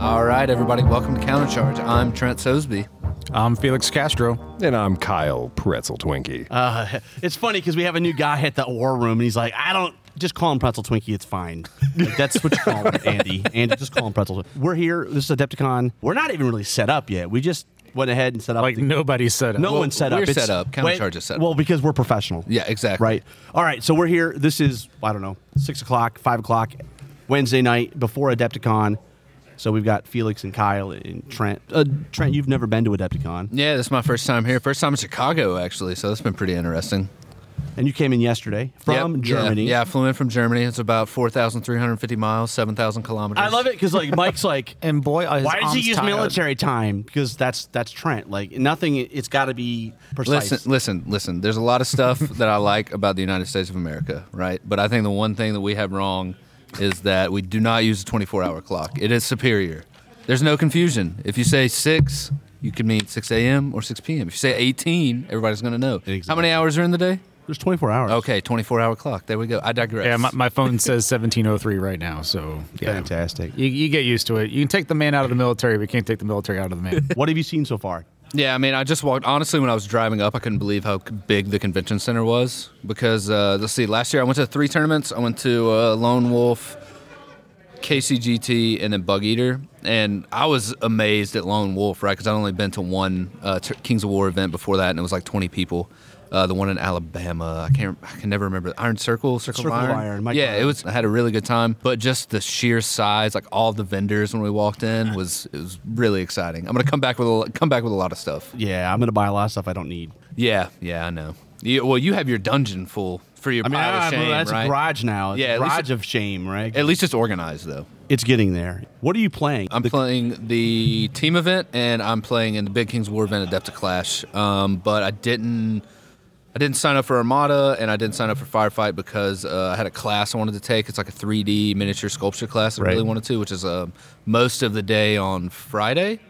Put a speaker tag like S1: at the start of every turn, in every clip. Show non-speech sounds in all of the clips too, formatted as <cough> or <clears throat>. S1: All right, everybody, welcome to Countercharge. I'm Trent Sosby.
S2: I'm Felix Castro.
S3: And I'm Kyle Pretzel Twinkie.
S4: Uh, <laughs> it's funny because we have a new guy at the War Room, and he's like, "I don't just call him Pretzel Twinkie. It's fine. Like, that's what you call him, Andy. Andy, just call him Pretzel. Twinkie. We're here. This is Adepticon. We're not even really set up yet. We just went ahead and set up.
S2: Like
S4: the-
S2: nobody said it.
S4: no
S2: Well,
S4: one set up.
S1: we're
S4: It's-
S1: set up. Countercharge is set up.
S4: Well, because we're professional.
S1: Yeah, exactly.
S4: Right. All right. So we're here. This is I don't know six o'clock, five o'clock, Wednesday night before Adepticon. So we've got Felix and Kyle and Trent. Uh, Trent, you've never been to Adepticon,
S1: Yeah, this is my first time here. First time in Chicago, actually, so that's been pretty interesting.
S4: and you came in yesterday from
S1: Yep, yeah,
S4: Germany.
S1: Yeah, I flew in from Germany. It's about 4,350 miles, 7,000 kilometers.
S4: I love it because like
S1: <laughs>
S4: Mike's like,
S2: And boy, is
S4: why does he
S2: Om's
S4: use
S2: tired.
S4: military time? Because that's that's Trent. Like nothing, it's got to be precise.
S1: Listen, listen, listen. There's a lot of stuff <laughs> that I like about the United States of America, right? But I think the one thing that we have wrong is that we do not use a 24 hour clock. It is superior. There's no confusion. If you say six, you could mean 6 a.m. or 6 p.m. If you say 18, everybody's going to know. How many hours are in the day?
S4: There's 24 hours.
S1: Okay, 24 hour clock. There we go. I digress.
S2: Yeah, my, my phone says 1703 right now, so yeah.
S4: fantastic.
S2: You, you get used to it. You can take the man out of the military, but you can't take the military out of the man.
S4: What have you seen so far?
S1: Yeah, I mean, I just walked. Honestly, when I was driving up, I couldn't believe how big the convention center was. Because uh, let's see, last year I went to three tournaments. I went to uh, Lone Wolf, KCGT, and then Bug Eater, and I was amazed at Lone Wolf, right? Because I'd only been to one uh, t- Kings of War event before that, and it was like 20 people. Uh, the one in Alabama, I can't, I can never remember. Iron Circle, Circle,
S4: Circle
S1: of
S4: of
S1: Iron.
S4: Iron, Mike
S1: yeah, it
S4: Iron.
S1: was. I had a really good time, but just the sheer size, like all the vendors when we walked in, was it was really exciting. I'm gonna come back with a, lo- come back with a lot of stuff.
S4: Yeah, I'm gonna buy a lot of stuff I don't need.
S1: Yeah, yeah, I know. You, well, you have your dungeon full for your
S4: I mean,
S1: pile
S4: ah,
S1: of shame,
S4: that's
S1: right?
S4: a garage now. It's
S1: Yeah,
S4: a
S1: at least
S4: garage
S1: it-
S4: of shame, right?
S1: At Uh, least it's organized, though.
S4: it's getting there. What are you playing?
S1: I'm playing the team event, and I'm playing in the Big Kings War event, Adepta Clash. Um, but I didn't, I didn't sign up for Armada, and I didn't sign up for Firefight because uh, I had a class I wanted to take. It's like a 3D miniature sculpture class I
S4: Right.
S1: really wanted to, which is uh, most of the day on Friday.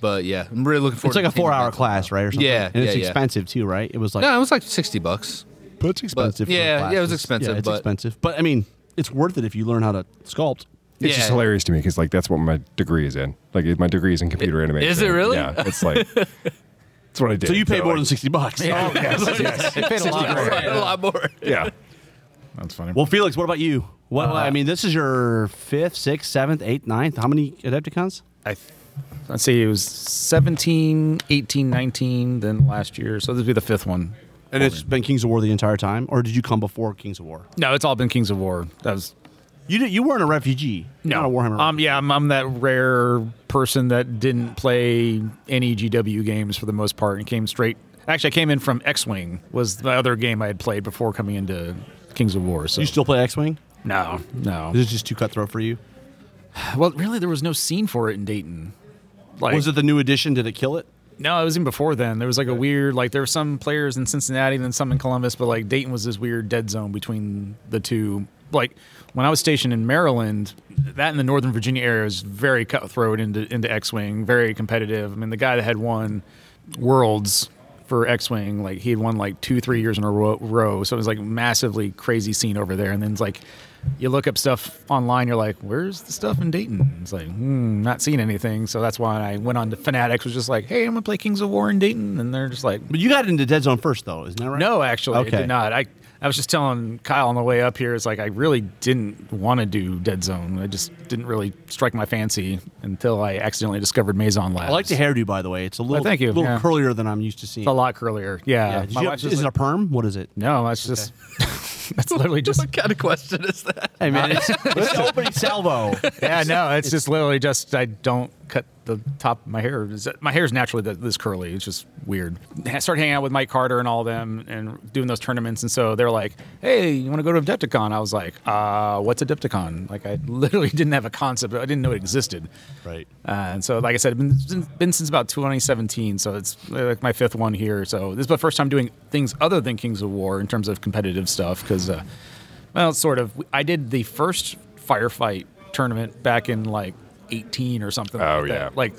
S1: But yeah, I'm really looking forward.
S4: It's like
S1: to
S4: a
S1: the team
S4: four-hour
S1: event.
S4: class, right, or something?
S1: Yeah,
S4: and it's
S1: yeah, yeah.
S4: expensive too, right? It was like
S1: No, it was like sixty bucks.
S4: but it's expensive. for
S1: yeah, yeah, it was
S4: classes.
S1: expensive,
S4: Yeah, it's
S1: but-
S4: expensive, but I mean, it's worth it if you learn how to sculpt.
S3: It's
S1: yeah.
S3: just hilarious to me because like that's what my degree is in. Like my degree is in computer animation.
S1: it really?
S3: Yeah, it's
S4: <laughs>
S3: like it's what I did.
S4: So you pay
S3: so,
S4: more
S3: like,
S4: than sixty bucks.
S2: <laughs>
S4: Oh,
S1: <laughs>
S2: yes, yes. a lot for it.
S1: a lot more.
S3: Yeah,
S2: That's funny.
S4: Well, Felix, what about you? Well, I mean, this is your fifth, sixth, seventh, eighth, ninth. How many Adepticons?
S2: I, let's see, it was 17, 18, 19, then last year. So this would be the fifth one.
S4: And it's been Kings of War the entire time, or did you come before Kings of War?
S2: No, it's all been Kings of War. That was
S4: You did, you weren't a refugee.
S2: no
S4: not a Warhammer.
S2: Um, yeah, I'm, I'm that rare person that didn't play any GW games for the most part and came straight. Actually, I came in from X-wing was the other game I had played before coming into Kings of War. So
S4: you still play X-wing?
S2: no, no.
S4: This is just too cutthroat for you.
S2: Well, really, there was no scene for it in Dayton. Like,
S4: Was it the new edition? Did it kill it?
S2: No, it was even before then. There was like a weird, like there were some players in Cincinnati, then some in Columbus, but like Dayton was this weird dead zone between the two. Like when I was stationed in Maryland, that in the Northern Virginia area was very cutthroat into into X-wing, very competitive. I mean, the guy that had won Worlds for X-wing, like he had won like two, three years in a row, row. So it was like massively crazy scene over there. And then it's like you look up stuff online, you're like, where's the stuff in Dayton? It's like, hmm, not seeing anything. So that's why I went on to Fanatics, was just like, hey, I'm gonna play Kings of War in Dayton, and they're just like,
S4: But you got into Dead Zone first, though, isn't that right?
S2: no, actually, I
S4: Okay.
S2: did not. I I was just telling Kyle on the way up here, it's like I really didn't want to do Dead Zone. I just didn't really strike my fancy until I accidentally discovered Maison Labs.
S4: I like the hairdo, by the way. It's a little,
S2: thank you,
S4: little
S2: yeah.
S4: curlier than I'm used to seeing.
S2: a lot curlier.
S4: Yeah,
S2: Yeah,
S4: did
S2: my
S4: you-
S2: wife's
S4: is
S2: just
S4: it
S2: like,
S4: a perm? What is it?
S2: no, that's just <laughs> that's literally just
S1: <laughs> What kind of question is that?
S4: <laughs> Hey man, it's, it's the opening salvo.
S2: yeah, no, it's just literally just I don't cut the top of my hair. Is that- My hair's naturally th- this curly. It's just weird. I started hanging out with Mike Carter and all them and doing those tournaments. And so they're like, hey, you want to go to Adepticon? I was like, uh, what's Adepticon? Like, I <laughs> literally didn't have a concept. I didn't know it existed.
S4: Right.
S2: Uh, and so, like I said, it's been, it's been since about 2017. So it's uh, like my fifth one here. So this is my first time doing things other than Kings of War in terms of competitive stuff. Because, uh, well, it's sort of. I did the first firefight tournament back in like 18 or something.
S3: Oh,
S2: like
S3: yeah.
S2: That. Like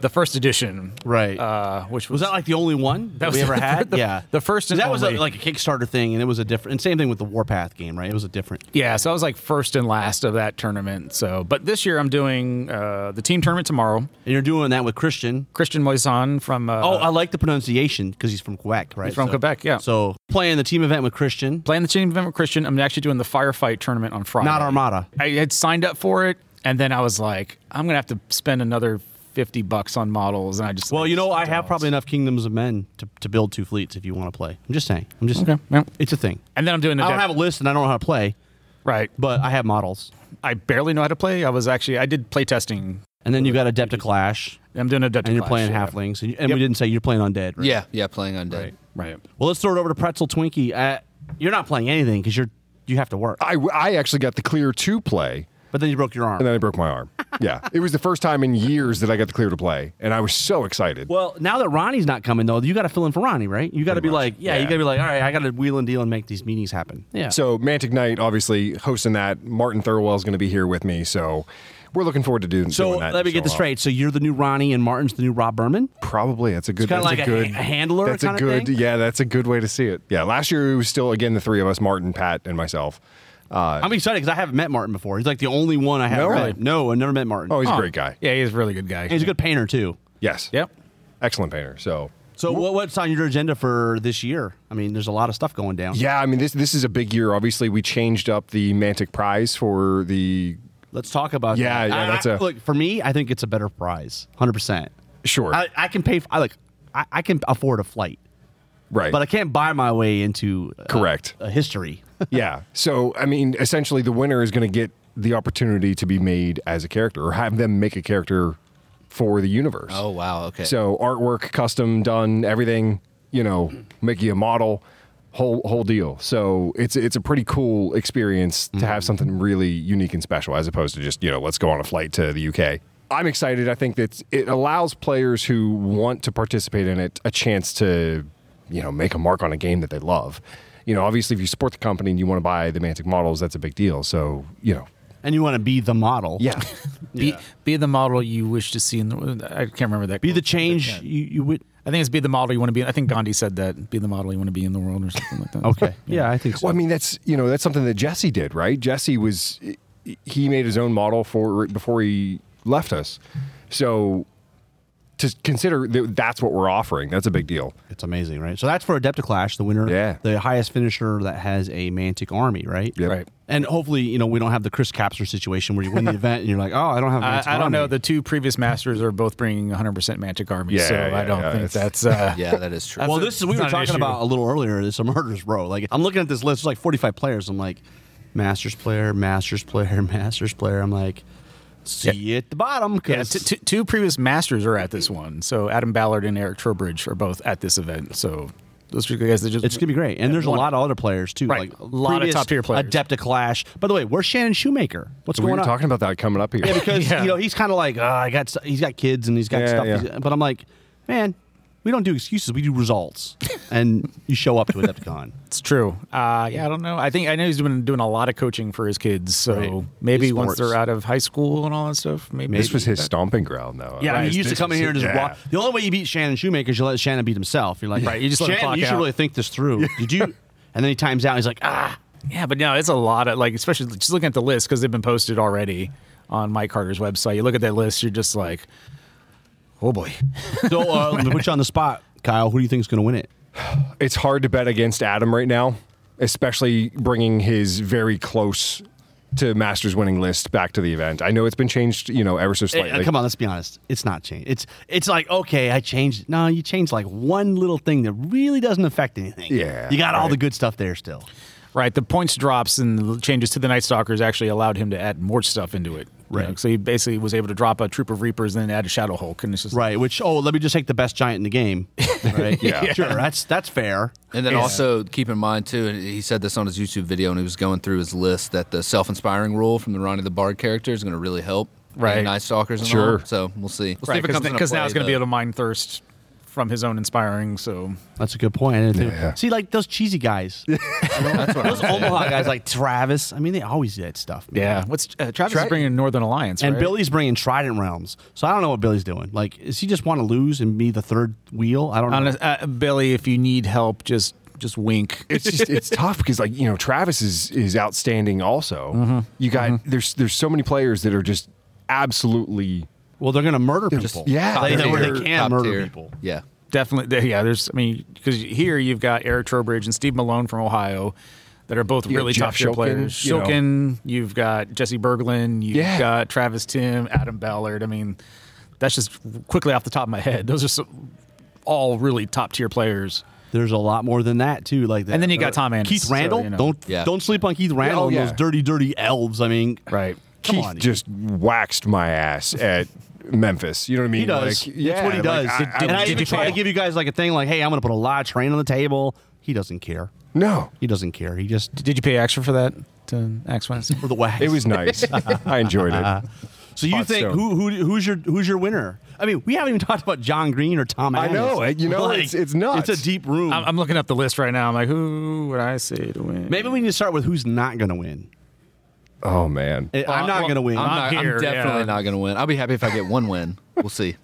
S2: the first edition.
S4: Right.
S2: Uh, which was,
S4: Was that like the only one that,
S2: That
S4: we
S2: was
S4: <laughs> ever
S2: the-
S4: had?
S2: the-
S4: yeah,
S2: the first and
S4: that was a,
S2: only.
S4: like a Kickstarter thing, and it was a different. And same thing with the Warpath game, right? It was a different.
S2: Yeah, so I was like first and last of that tournament. So, but this year I'm doing uh, the team tournament tomorrow.
S4: And you're doing that with Christian.
S2: Christian Moisan from uh,
S4: Oh, I like the pronunciation because he's from Quebec, right?
S2: He's from
S4: So-
S2: Quebec, yeah.
S4: So playing the team event with Christian,
S2: playing the team event with Christian. I'm actually doing the firefight tournament on Friday.
S4: not Armada.
S2: I had signed up for it, and then I was like, I'm gonna have to spend another fifty bucks on models, and I just
S4: Well, you know, I have
S2: don't.
S4: probably enough Kingdoms of Men to, to build two fleets if you want to play. I'm just saying. I'm just.
S2: Okay, yeah.
S4: It's a thing.
S2: And then I'm doing the
S4: I don't
S2: dev-
S4: have a list, and I don't know how to play,
S2: right.
S4: but I have models.
S2: I barely know how to play. I was actually I did play testing.
S4: And then you got Adepta Clash,
S2: I'm doing a Dutch
S4: and you're playing Halflings, and, you- and we didn't say you're playing Undead, right?
S1: Yeah, yeah, playing undead.
S2: Right.
S4: Well, let's throw it over to Pretzel Twinkie. Uh, you're not playing anything because you're you have to work.
S3: I, I actually got the clear to play,
S4: But then you broke your arm.
S3: and then I broke my arm. yeah, it was the first time in years that I got the clear to play, and I was so excited.
S4: well, now that Ronnie's not coming though, you got to fill in for Ronnie, right? You got to be
S3: Pretty much,
S4: like, yeah, you
S3: yeah.
S4: got to be like, all right, I got to wheel and deal and make these meetings happen. Yeah.
S3: So Mantic Knight, obviously hosting that. Martin Thurwell's going to be here with me, so we're looking forward to doing.
S4: So
S3: doing that
S4: let me
S3: and
S4: get this
S3: show off.
S4: straight. So you're the new Ronnie, and Martin's the new Rob Berman.
S3: Probably that's a good.
S4: kinda
S3: that's
S4: like a
S3: a good
S4: ha- a handler
S3: That's a
S4: kinda
S3: good.
S4: thing?
S3: Yeah, that's a good way to see it. Yeah, last year it was still again the three of us: Martin, Pat, and myself. Uh,
S4: I'm excited because I haven't met Martin before. He's like the only one I haven't.
S3: No?
S4: met.
S3: Really?
S4: no, I never met Martin.
S3: oh,
S4: and
S3: he's a great guy.
S2: Yeah, he's a really good guy.
S4: he's a good painter too.
S3: Yes.
S2: Yep.
S3: Excellent painter. So
S4: So what, what's on your agenda for this year? I mean, there's a lot of stuff going down.
S3: yeah, I mean this this is a big year. Obviously, we changed up the Mantic Prize for the
S4: Let's talk about.
S3: Yeah,
S4: that.
S3: yeah,
S4: I-
S3: that's
S4: I-
S3: a-
S4: look for me. I think it's a better prize, hundred percent.
S3: sure
S4: I, I can pay. For, I like. I, I can afford a flight,
S3: right.
S4: but I can't buy my way into uh, <laughs>
S3: Correct.
S4: a history.
S3: yeah. So, I mean, essentially, the winner is going to get the opportunity to be made as a character or have them make a character for the universe.
S1: Oh wow, okay.
S3: So, artwork, custom done, everything, you know, make you a model, whole whole deal. So, it's it's a pretty cool experience to have something really unique and special as opposed to just, you know, let's go on a flight to the UK. I'm excited. I think that it allows players who want to participate in it a chance to, you know, make a mark on a game that they love. You know, obviously, if you support the company and you want to buy the Mantic models, that's a big deal. So, you know,
S4: and you want to be the model.
S3: yeah,
S2: Be be the model you wish to see in the. I can't remember that.
S4: Be the
S2: quote.
S4: change you, you would.
S2: I think it's be the model you want to be. I think Gandhi said that. Be the model you want to be in the world, or something like that. <laughs>
S4: Okay. yeah, I think so.
S3: Well, I mean, that's you know, that's something that Jesse did, right? Jesse was he made his own model for before he left us. So to consider that that's what we're offering, that's a big deal.
S4: it's amazing, right? So that's for Adepta Clash, the winner.
S3: Yeah.
S4: The highest finisher that has a Mantic army, right?
S3: Yep.
S2: Right.
S4: And hopefully, you know, we don't have the Chris Capser situation where
S3: <laughs>
S4: you win the event and you're like, oh, I don't have. a
S2: I,
S4: Mantic
S2: I don't know.
S4: army.
S2: The two previous masters are both bringing 100% Mantic army,
S3: Yeah,
S2: so
S3: yeah,
S2: I don't
S3: yeah,
S2: think
S3: it's-
S2: that's.
S4: <laughs>
S2: Uh,
S1: yeah, that is true.
S4: well,
S2: That's a-
S4: this is we
S2: it's
S4: were
S2: not an
S4: talking
S2: issue.
S4: about a little earlier. It's a murderers row. Like I'm looking at this list, it's like 45 players. I'm like, masters player, masters player, <laughs> masters player. I'm like, see you at the bottom.
S2: Yeah,
S4: 'cause-
S2: t- t- two previous masters are at this one. So Adam Ballard and Eric Trowbridge are both at this event. So those two guys, they just
S4: It's gonna be great, and there's a
S2: One-
S4: lot of other players too.
S2: Right.
S4: like
S2: A lot of
S4: previous
S2: top-tier players.
S4: Adepta Clash. By the way, where's Shannon Shoemaker? What's
S3: So we
S4: going
S3: were
S4: on?
S3: talking about that coming up here.
S4: <laughs> yeah, because
S2: Yeah.
S4: you know he's kind of like "Ah, I got st- he's got kids and he's got
S3: Yeah,
S4: stuff.
S3: yeah.
S4: He's- But I'm like, man, we don't do excuses. We
S2: <laughs>
S4: do results, and you show up to Adepticon.
S2: It's true. Uh, yeah, I don't know. I think I know he's been doing a lot of coaching for his kids. So
S4: Right.
S2: maybe
S4: His
S2: once
S4: sports.
S2: they're out of high school and all that stuff, maybe.
S3: <laughs> this was his stomping ground, though.
S4: Yeah, I
S3: Right.
S4: mean, he used to
S3: This
S4: come in
S3: was-
S4: here and just
S3: yeah.
S4: walk. The only way you beat Shannon Shoemaker is you let Shannon beat himself. You're like,
S2: Right, you just let him
S4: Shannon,
S2: clock
S4: you should
S2: out."
S4: really think this through. Did <laughs> you? And then he times out. and He's like, ah,
S2: Yeah, but no, it's a lot of like, especially just looking at the list because they've been posted already on Mike Carter's website. You look at that list, you're just like, oh boy.
S4: so uh, which on the spot, Kyle? Who do you think's going to win it?
S3: It's hard to bet against Adam right now, especially bringing his very close to Masters winning list back to the event. I know it's been changed, you know, ever so
S4: Uh,
S3: slightly.
S4: come on, let's be honest. It's not changed. It's it's like okay, I changed. it. No, you changed like one little thing that really doesn't affect anything.
S3: Yeah,
S4: you got all
S3: right.
S4: the good stuff there still.
S2: Right. The points drops and the changes to the Night Stalkers actually allowed him to add more stuff into it. you know,
S4: Right.
S2: so he basically was able to drop a troop of Reapers and then add a Shadow Hulk, and it's just
S4: Right, which oh, let me just take the best giant in the game. Right? <laughs> yeah, sure. That's that's fair.
S1: And then also keep in mind too, and he said this on his YouTube video, and he was going through his list that the self-inspiring rule from the Ronnie the Bard character is going to really help.
S2: Right.
S1: and Night Stalkers. And
S3: Sure.
S1: All. So we'll see. We'll see
S2: right
S1: if it comes into
S2: because now
S1: play,
S2: it's going to be
S1: though.
S2: able to mine thirst from his own inspiring. So
S4: That's a good point. I didn't think-
S3: Yeah.
S4: See, like those cheesy guys,
S1: That's what
S4: those Omaha guys, like Travis. I mean, they always did stuff. man.
S2: yeah, what's uh, Travis
S4: Tra-
S2: is bringing Northern Alliance
S4: And
S2: right?
S4: Billy's bringing Trident Realms, so I don't know what Billy's doing. Like, does he just want to lose and be the third wheel? I don't know.
S2: Honest, uh, Billy, if you need help, just just wink.
S3: it's just
S4: <laughs>
S3: it's tough because like you know Travis is is outstanding. Also,
S4: Mm-hmm.
S3: you got there's there's so many players that are just absolutely
S4: Well, they're going to murder people.
S3: yeah,
S4: they,
S3: they're-
S4: know where they
S3: they're
S4: can
S1: top
S4: murder
S1: tier.
S4: people.
S1: Yeah.
S2: Definitely, there- yeah. There's, I mean, because here you've got Eric Trowbridge and Steve Malone from Ohio, that are both
S3: got
S2: really
S3: Jeff
S2: top tier
S3: Shulkin,
S2: players.
S3: you know.
S2: Shulkin, you've got Jesse Berglund, you've
S3: Yeah.
S2: got Travis Tim, Adam Ballard. I mean, that's just quickly off the top of my head. Those are some, all really top tier players.
S4: There's a lot more than that too. Like, that.
S2: And then you got Tom Anderson,
S4: Keith
S2: so,
S4: Randall.
S2: you know.
S4: Don't
S1: Yeah.
S4: don't sleep on Keith Randall.
S3: Oh,
S4: and
S3: yeah.
S4: Those dirty, dirty elves. I mean,
S2: Right.
S4: Come
S3: Keith
S4: on, dude.
S3: just waxed my ass at Memphis. You know what I mean?
S4: He does.
S3: Like,
S4: That's what
S3: like,
S4: he does.
S3: I- I-
S4: and I
S2: did
S4: even
S2: you
S4: try to
S2: fail?
S4: give you guys like a thing like, hey, I'm going to put a lot of train on the table. He doesn't care.
S3: no,
S4: He doesn't care. He just
S2: Did you pay extra for that to Axe Wednesday?
S4: for the wax.
S3: it was nice. I enjoyed
S4: <laughs>
S3: it.
S4: so you
S3: Hot
S4: think
S3: stone.
S4: who, who who's your who's your winner? I mean, we haven't even talked about John Green or Tom.
S3: I
S4: Adams.
S3: know, uh, you know, it's- it's nuts.
S4: It's a deep
S2: <laughs>
S4: room.
S2: I'm, I'm looking up the list right now. I'm like, who would I say to win?
S4: Maybe we need to start with who's not going to win.
S3: Oh man,
S4: I- I'm
S2: well,
S4: not going to win.
S1: I'm,
S2: Not
S1: not,
S2: here,
S1: I'm definitely
S2: yeah.
S1: not going to win. I'll be happy if I get one win. We'll see.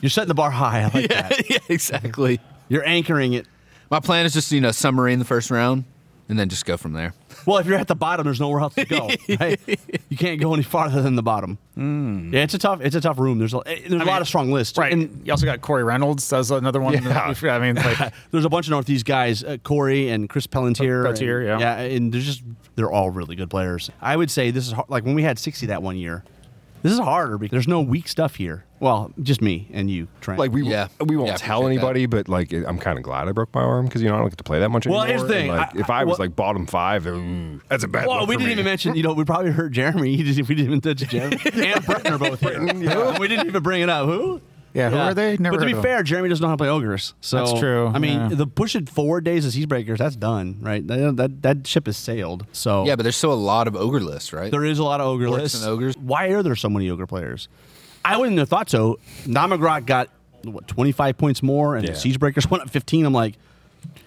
S4: You're setting the bar high. I like that.
S1: yeah, exactly.
S4: You're anchoring it.
S1: My plan is just you know submarine the first round, and then just go from there.
S4: Well, if you're at the bottom, there's nowhere else
S2: <laughs>
S4: to go. right? You can't go any farther than the bottom. Yeah, it's a tough. It's a tough room. There's a, eh, there's a lot
S2: Hmm. mean,
S4: of strong lists.
S2: Right.
S4: And
S2: And you also got Corey Reynolds. That's another one. that we forgot. I mean, it's <laughs> like,
S4: there's a bunch of Northeast guys, uh, Corey and Chris Pelletier.
S2: Pelletier,
S4: and,
S2: yeah.
S4: Yeah, and they're just they're all really good players. I would say this is hard, like when we had 60 that one year. This is harder because there's no weak stuff here. Well, just me and you, Trent.
S3: like we
S1: Yeah.
S3: we won't
S1: Yeah, I
S3: tell
S1: appreciate
S3: anybody, but like it- I'm kind of glad I broke my arm because you know I don't get to play that much
S4: Well,
S3: anymore.
S4: here's the
S3: and,
S4: thing,
S3: like,
S4: I-
S3: if
S4: I-
S3: I was
S4: well-
S3: like bottom five, ooh, that's a bad.
S4: well,
S3: look
S4: we
S3: for
S4: didn't
S3: me.
S4: even mention. You know, we probably heard Jeremy. <laughs> He didn't- we didn't even
S2: <laughs>
S4: touch Jeremy and Breton are both here. And we didn't even bring it up. Who?
S2: Yeah, who are they? Never
S4: but to
S2: heard
S4: be
S2: of them.
S4: fair, Jeremy doesn't know how to play ogres. So
S2: That's true,
S4: I mean,
S2: yeah.
S4: the push it forward days as he's breakers. That's done, right? That, that that ship has sailed. So
S1: Yeah, but there's still a lot of ogre lists, right?
S4: There is a lot of ogre
S1: Orcs
S4: lists.
S1: and ogres.
S4: Why are there so many ogre players? I wouldn't have thought so. Namagrok got what twenty five points more, and
S3: Yeah.
S4: Siege Breakers <laughs> went up fifteen. I'm like,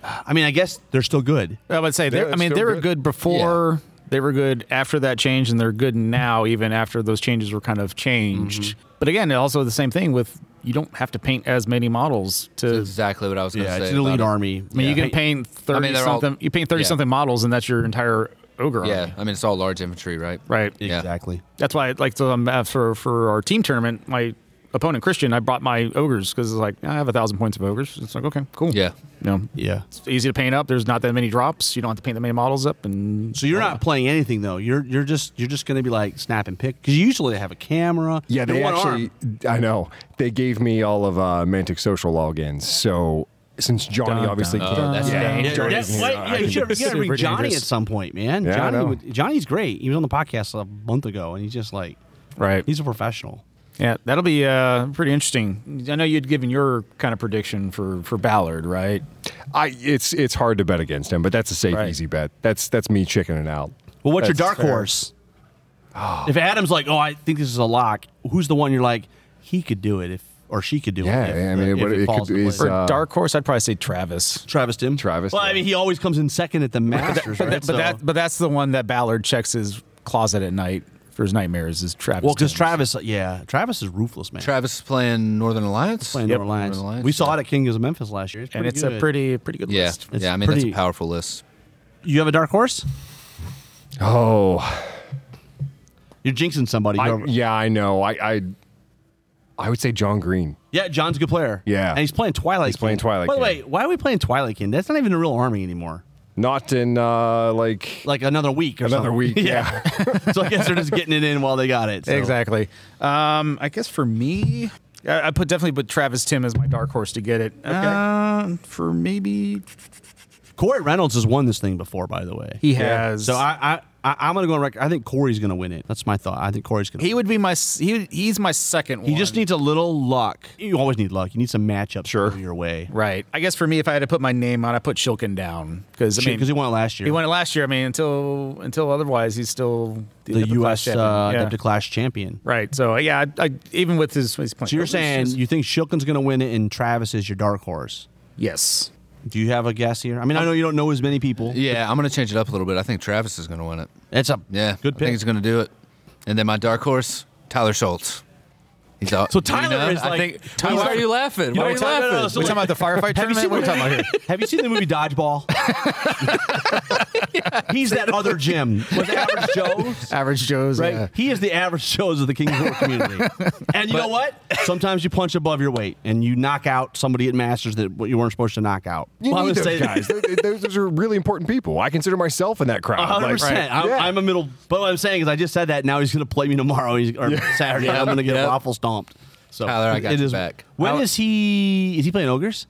S4: I mean, I guess they're still good.
S2: I would say they're.
S3: They're
S2: I mean,
S3: still
S2: they were good,
S3: good.
S2: before. They were good after that change, and they're good now, even after those changes were kind of changed. But again, also the same thing with you don't have to paint as many models to.
S1: exactly what I was going to
S4: Yeah,
S1: say.
S4: it's an elite
S1: about it.
S4: army.
S2: I mean, you can paint
S1: I
S2: thirty
S1: mean, they're all-
S2: something. you paint thirty
S1: yeah.
S2: something models, and that's your entire ogre
S1: Yeah,
S2: army.
S1: I mean it's all large infantry, right?
S2: Right.
S1: Yeah.
S4: exactly.
S2: That's why, like, so um, uh, for for our team tournament, my opponent Christian, I brought my ogres because it's like I have a thousand points of ogres. It's like okay, cool.
S1: Yeah.
S2: You know,
S4: Yeah.
S2: it's easy to paint up. There's not that many drops. You don't have to paint that many models up, and
S4: So you're not playing anything though. You're you're just you're just going to be like snap and pick because you usually have a camera.
S3: Yeah,
S4: and
S3: they
S4: one arm.
S3: actually. I know they gave me all of uh, Mantic social logins. So since Johnny
S2: Dun,
S3: obviously
S2: dun,
S3: can't,
S1: dun,
S3: yeah,
S1: dun,
S4: Yeah,
S1: dun.
S3: Johnny's
S4: that's
S3: here,
S4: right.
S3: I
S4: Yeah,
S3: can
S4: you should you
S3: just-
S4: gotta bring
S2: super
S4: Johnny
S2: dangerous.
S4: at some point, man.
S3: uh, Yeah, I
S4: Johnny,
S3: know.
S4: would- Johnny's great. He was on the podcast a month ago, and he's just like,
S2: right.
S4: he's a professional.
S2: Yeah, that'll be uh, pretty interesting. I know you'd given your kind of prediction for for Ballard, right?
S3: I it's it's hard to bet against him, but that's a safe,
S2: Right.
S3: easy bet. That's that's me chickening out.
S4: Well, what's your
S3: That's
S4: dark
S3: fair. Ah.
S4: horse? If Adam's like, oh, I think this is a lock. Who's the one you're like, he could do it if or she could do
S3: Yeah,
S4: it? if-
S3: I mean,
S4: if
S3: what it could
S4: falls
S3: be
S4: into
S3: is,
S4: place.
S2: For
S3: uh,
S2: dark horse, I'd probably say Travis.
S4: Travis Tim.
S3: Travis,
S4: Well, I
S3: yeah.
S4: mean, he always comes in second at the Masters, right?
S2: But,
S4: So-
S2: that but that's the one that Ballard checks his closet at night for his nightmares is Travis.
S4: well, because
S2: Timms.
S4: Travis, uh, yeah, Travis is ruthless, man.
S1: Travis is playing Northern Alliance.
S4: Playing
S2: Yep.
S4: Northern Alliance.
S1: Northern Alliance,
S4: We saw it at Kings of Memphis last year. It's
S2: and
S4: pretty
S2: it's a
S4: good.
S2: pretty pretty good
S1: Yeah,
S2: list.
S4: It's
S1: yeah. I mean
S4: pretty-
S1: that's a powerful list.
S4: You have a dark horse?
S3: Oh,
S4: You're jinxing somebody.
S3: I,
S4: You're-
S3: yeah, I know. I, I I would say John Green.
S4: Yeah, John's a good player.
S3: Yeah.
S4: And he's playing Twilight
S3: He's playing Twilight
S4: By the way,
S3: King.
S4: why are we playing Twilight King? That's not even a real army anymore.
S3: Not in uh, like
S4: Like another week or
S3: another
S4: something. <laughs>
S3: week. <laughs> Yeah.
S4: so I guess they're just getting it in while they got it. so.
S2: Exactly. Um, I guess for me, I, I put definitely put Travis Tim as my dark horse to get it. Uh, for maybe
S4: Corey Reynolds has won this thing before, by the way.
S2: he has.
S4: So I, I, I, I'm gonna go on record. I think Corey's gonna win it. That's my thought. I think Corey's gonna.
S2: He
S4: win.
S2: would be my. s- He, he's my second one.
S4: He just needs a little luck. You always need luck. You need some matchups
S3: Sure.
S4: go your way.
S2: Right. I guess for me, if I had to put my name on, I put Shilkin down because I mean,
S4: Because he won it last year.
S2: he won it last year. I mean, until until otherwise, he's still
S4: the
S2: Olympic class
S4: U.S.
S2: champion.
S4: Uh,
S2: Yeah.
S4: Adepticlass champion.
S2: Right. So uh, yeah, I, I, even with his, his point.
S4: So you're saying you think Shilkin's going to win it, and Travis is your dark horse.
S2: yes.
S4: Do you have a guess here? I mean, I know you don't know as many people.
S1: Yeah, I'm gonna change it up a little bit. I think Travis is gonna win it.
S4: It's a
S1: Yeah,
S4: good
S1: I think
S4: pick.
S1: he's gonna do it. And then my dark horse, Tyler Schultz. He's out.
S4: So Tyler is
S1: I
S4: like-
S1: think,
S4: Tyler-
S1: why are you laughing? Why are you
S4: Tyler- no, no,
S1: laughing?
S4: no, so
S2: We're talking about the
S4: <laughs>
S2: firefight tournament. What are we talking about here?
S4: Have you seen the movie Dodgeball? He's that other Jim with average Joe's.
S2: Average Joe's.
S4: Right?
S2: yeah.
S4: He is the average Joe's of the Kings Hill community. And you know what? Sometimes you punch above your weight and you knock out somebody at Masters that you weren't supposed to knock out.
S3: You
S4: Well, I
S3: need
S4: would
S3: those
S4: say- <laughs>
S3: guys. Those- those, those are really important people. I consider myself in that crowd.
S4: A hundred
S3: Like,
S4: percent. I'm,
S3: yeah.
S4: I'm a middle. But what I'm saying is, I just said that. Now he's going to play me tomorrow he's, or Saturday. I'm going to get
S1: Yep.
S4: waffle stomped. So
S1: Tyler, I got
S4: it
S1: your
S4: is-
S1: back.
S4: When
S1: I'll-
S4: is he? Is he playing ogres?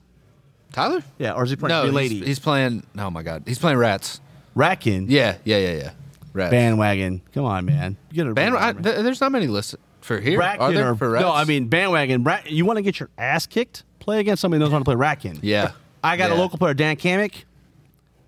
S1: Tyler?
S4: Yeah, or is he playing
S1: No,
S4: Big
S1: he's,
S4: Lady?
S1: he's playing. Oh my God, he's playing Rats.
S4: Racking.
S1: Yeah, yeah, yeah, yeah. Rats.
S4: Bandwagon. Come on,
S1: Hmm.
S4: man. You gotta
S1: Ban- I,
S4: remember.
S1: th- there's not many lists for here. are
S4: Rackin
S1: there
S4: or
S1: for Rats?
S4: no? I mean bandwagon. Ra- you want to get your ass kicked? Play against somebody who knows how to play racking.
S1: Yeah.
S4: I got a
S1: Yeah.
S4: local player, Dan Kamick.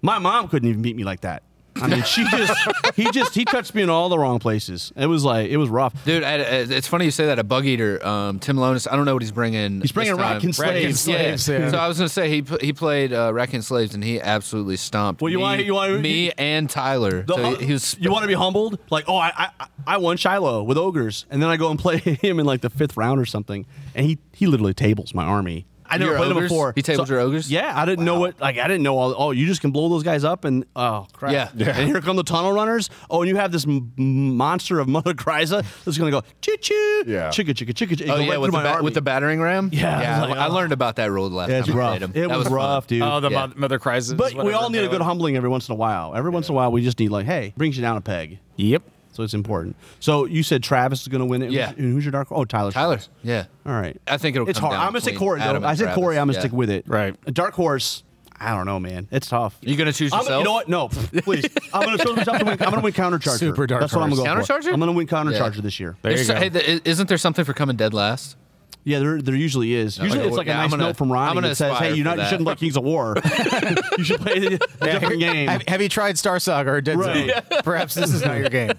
S4: My mom couldn't even beat me like that. I mean, she just he just he touched me in all the wrong places. It was like it was rough.
S1: Dude, I, I- it's funny you say that. A bug eater, um, Tim Lonis. I don't know what he's bringing.
S4: He's bringing
S1: this time.
S4: Rackin' Slaves.
S1: Rackin'
S2: Slaves, yeah.
S1: So I was gonna say he pl- he played uh, Rackin' Slaves and he absolutely stomped.
S4: Well, you
S1: me,
S4: wanna- you wanna-
S1: me
S4: you-
S1: and Tyler.
S4: The
S1: so
S4: hum-
S1: he, he was.
S4: you want to be humbled? Like, oh, I, I I won Shiloh with ogres, and then I go and <laughs> play him in like the fifth round or something, and he he literally tables my army. I never
S1: Your
S4: played him
S1: ogres?
S4: before.
S1: He tabled your ogres?
S4: Yeah, I didn't know what. Like, I didn't know all. Oh, you just can blow those guys up, and oh crap.
S1: Yeah. Yeah.
S4: And here come the tunnel runners. Oh, and you have this m- m- monster of Mother Kryza that's gonna go choo choo.
S3: Yeah.
S4: Chicka chicka chicka. and
S1: Oh
S4: go
S1: yeah,
S4: right
S1: with the,
S4: through my
S1: ba-
S4: army.
S1: with the battering ram.
S4: Yeah, I
S1: yeah. I,
S4: was like,
S1: I
S4: oh.
S1: learned about that rule the last
S4: Yeah, it's
S1: time I played
S4: rough.
S1: him.
S4: It
S1: that
S4: was,
S1: fun.
S4: rough, dude.
S2: Oh, the
S1: Yeah.
S2: mo- mother crisis.
S4: but we all need a good humbling every once in a while. Every once in a while, we just need like, hey, brings you down a peg.
S2: Yep.
S4: So it's important. So you said Travis is going to win it.
S1: Yeah.
S4: Who's, who's your dark? Oh, Tyler.
S1: Tyler. Yeah.
S4: All right.
S1: I think it'll
S4: It's
S1: come
S4: hard.
S1: down
S4: I'm gonna say
S1: between
S4: Corey. Though.
S1: Adam and
S4: I said Corey.
S1: Travis.
S4: I'm gonna
S1: Yeah.
S4: stick with it.
S2: Right.
S4: A dark horse. I don't know, man. It's tough.
S1: You gonna choose
S4: I'm,
S1: yourself?
S4: You know what? No, <laughs> please. I'm gonna choose myself to win. I'm gonna win countercharger.
S2: Super dark
S4: That's what I'm gonna go
S1: horse.
S4: for.
S1: Countercharger?
S4: I'm gonna win countercharger
S1: Yeah.
S4: this year.
S2: There you
S1: There's so-
S2: go.
S1: hey, th- isn't there something for coming dead last?
S4: Yeah, there, there usually is. Usually
S1: okay.
S4: it's like
S1: Yeah,
S4: a nice
S1: I'm gonna-
S4: note from Ronnie
S1: I'm gonna
S4: that says,
S1: aspire
S4: "Hey, you're
S1: for
S4: not, you
S1: that.
S4: shouldn't play Kings of War.
S1: <laughs>
S4: <laughs> you should play a different game."
S2: Have, have you tried Star Saga or Dead
S4: <laughs> Right.
S2: Zone? Perhaps this is not your game.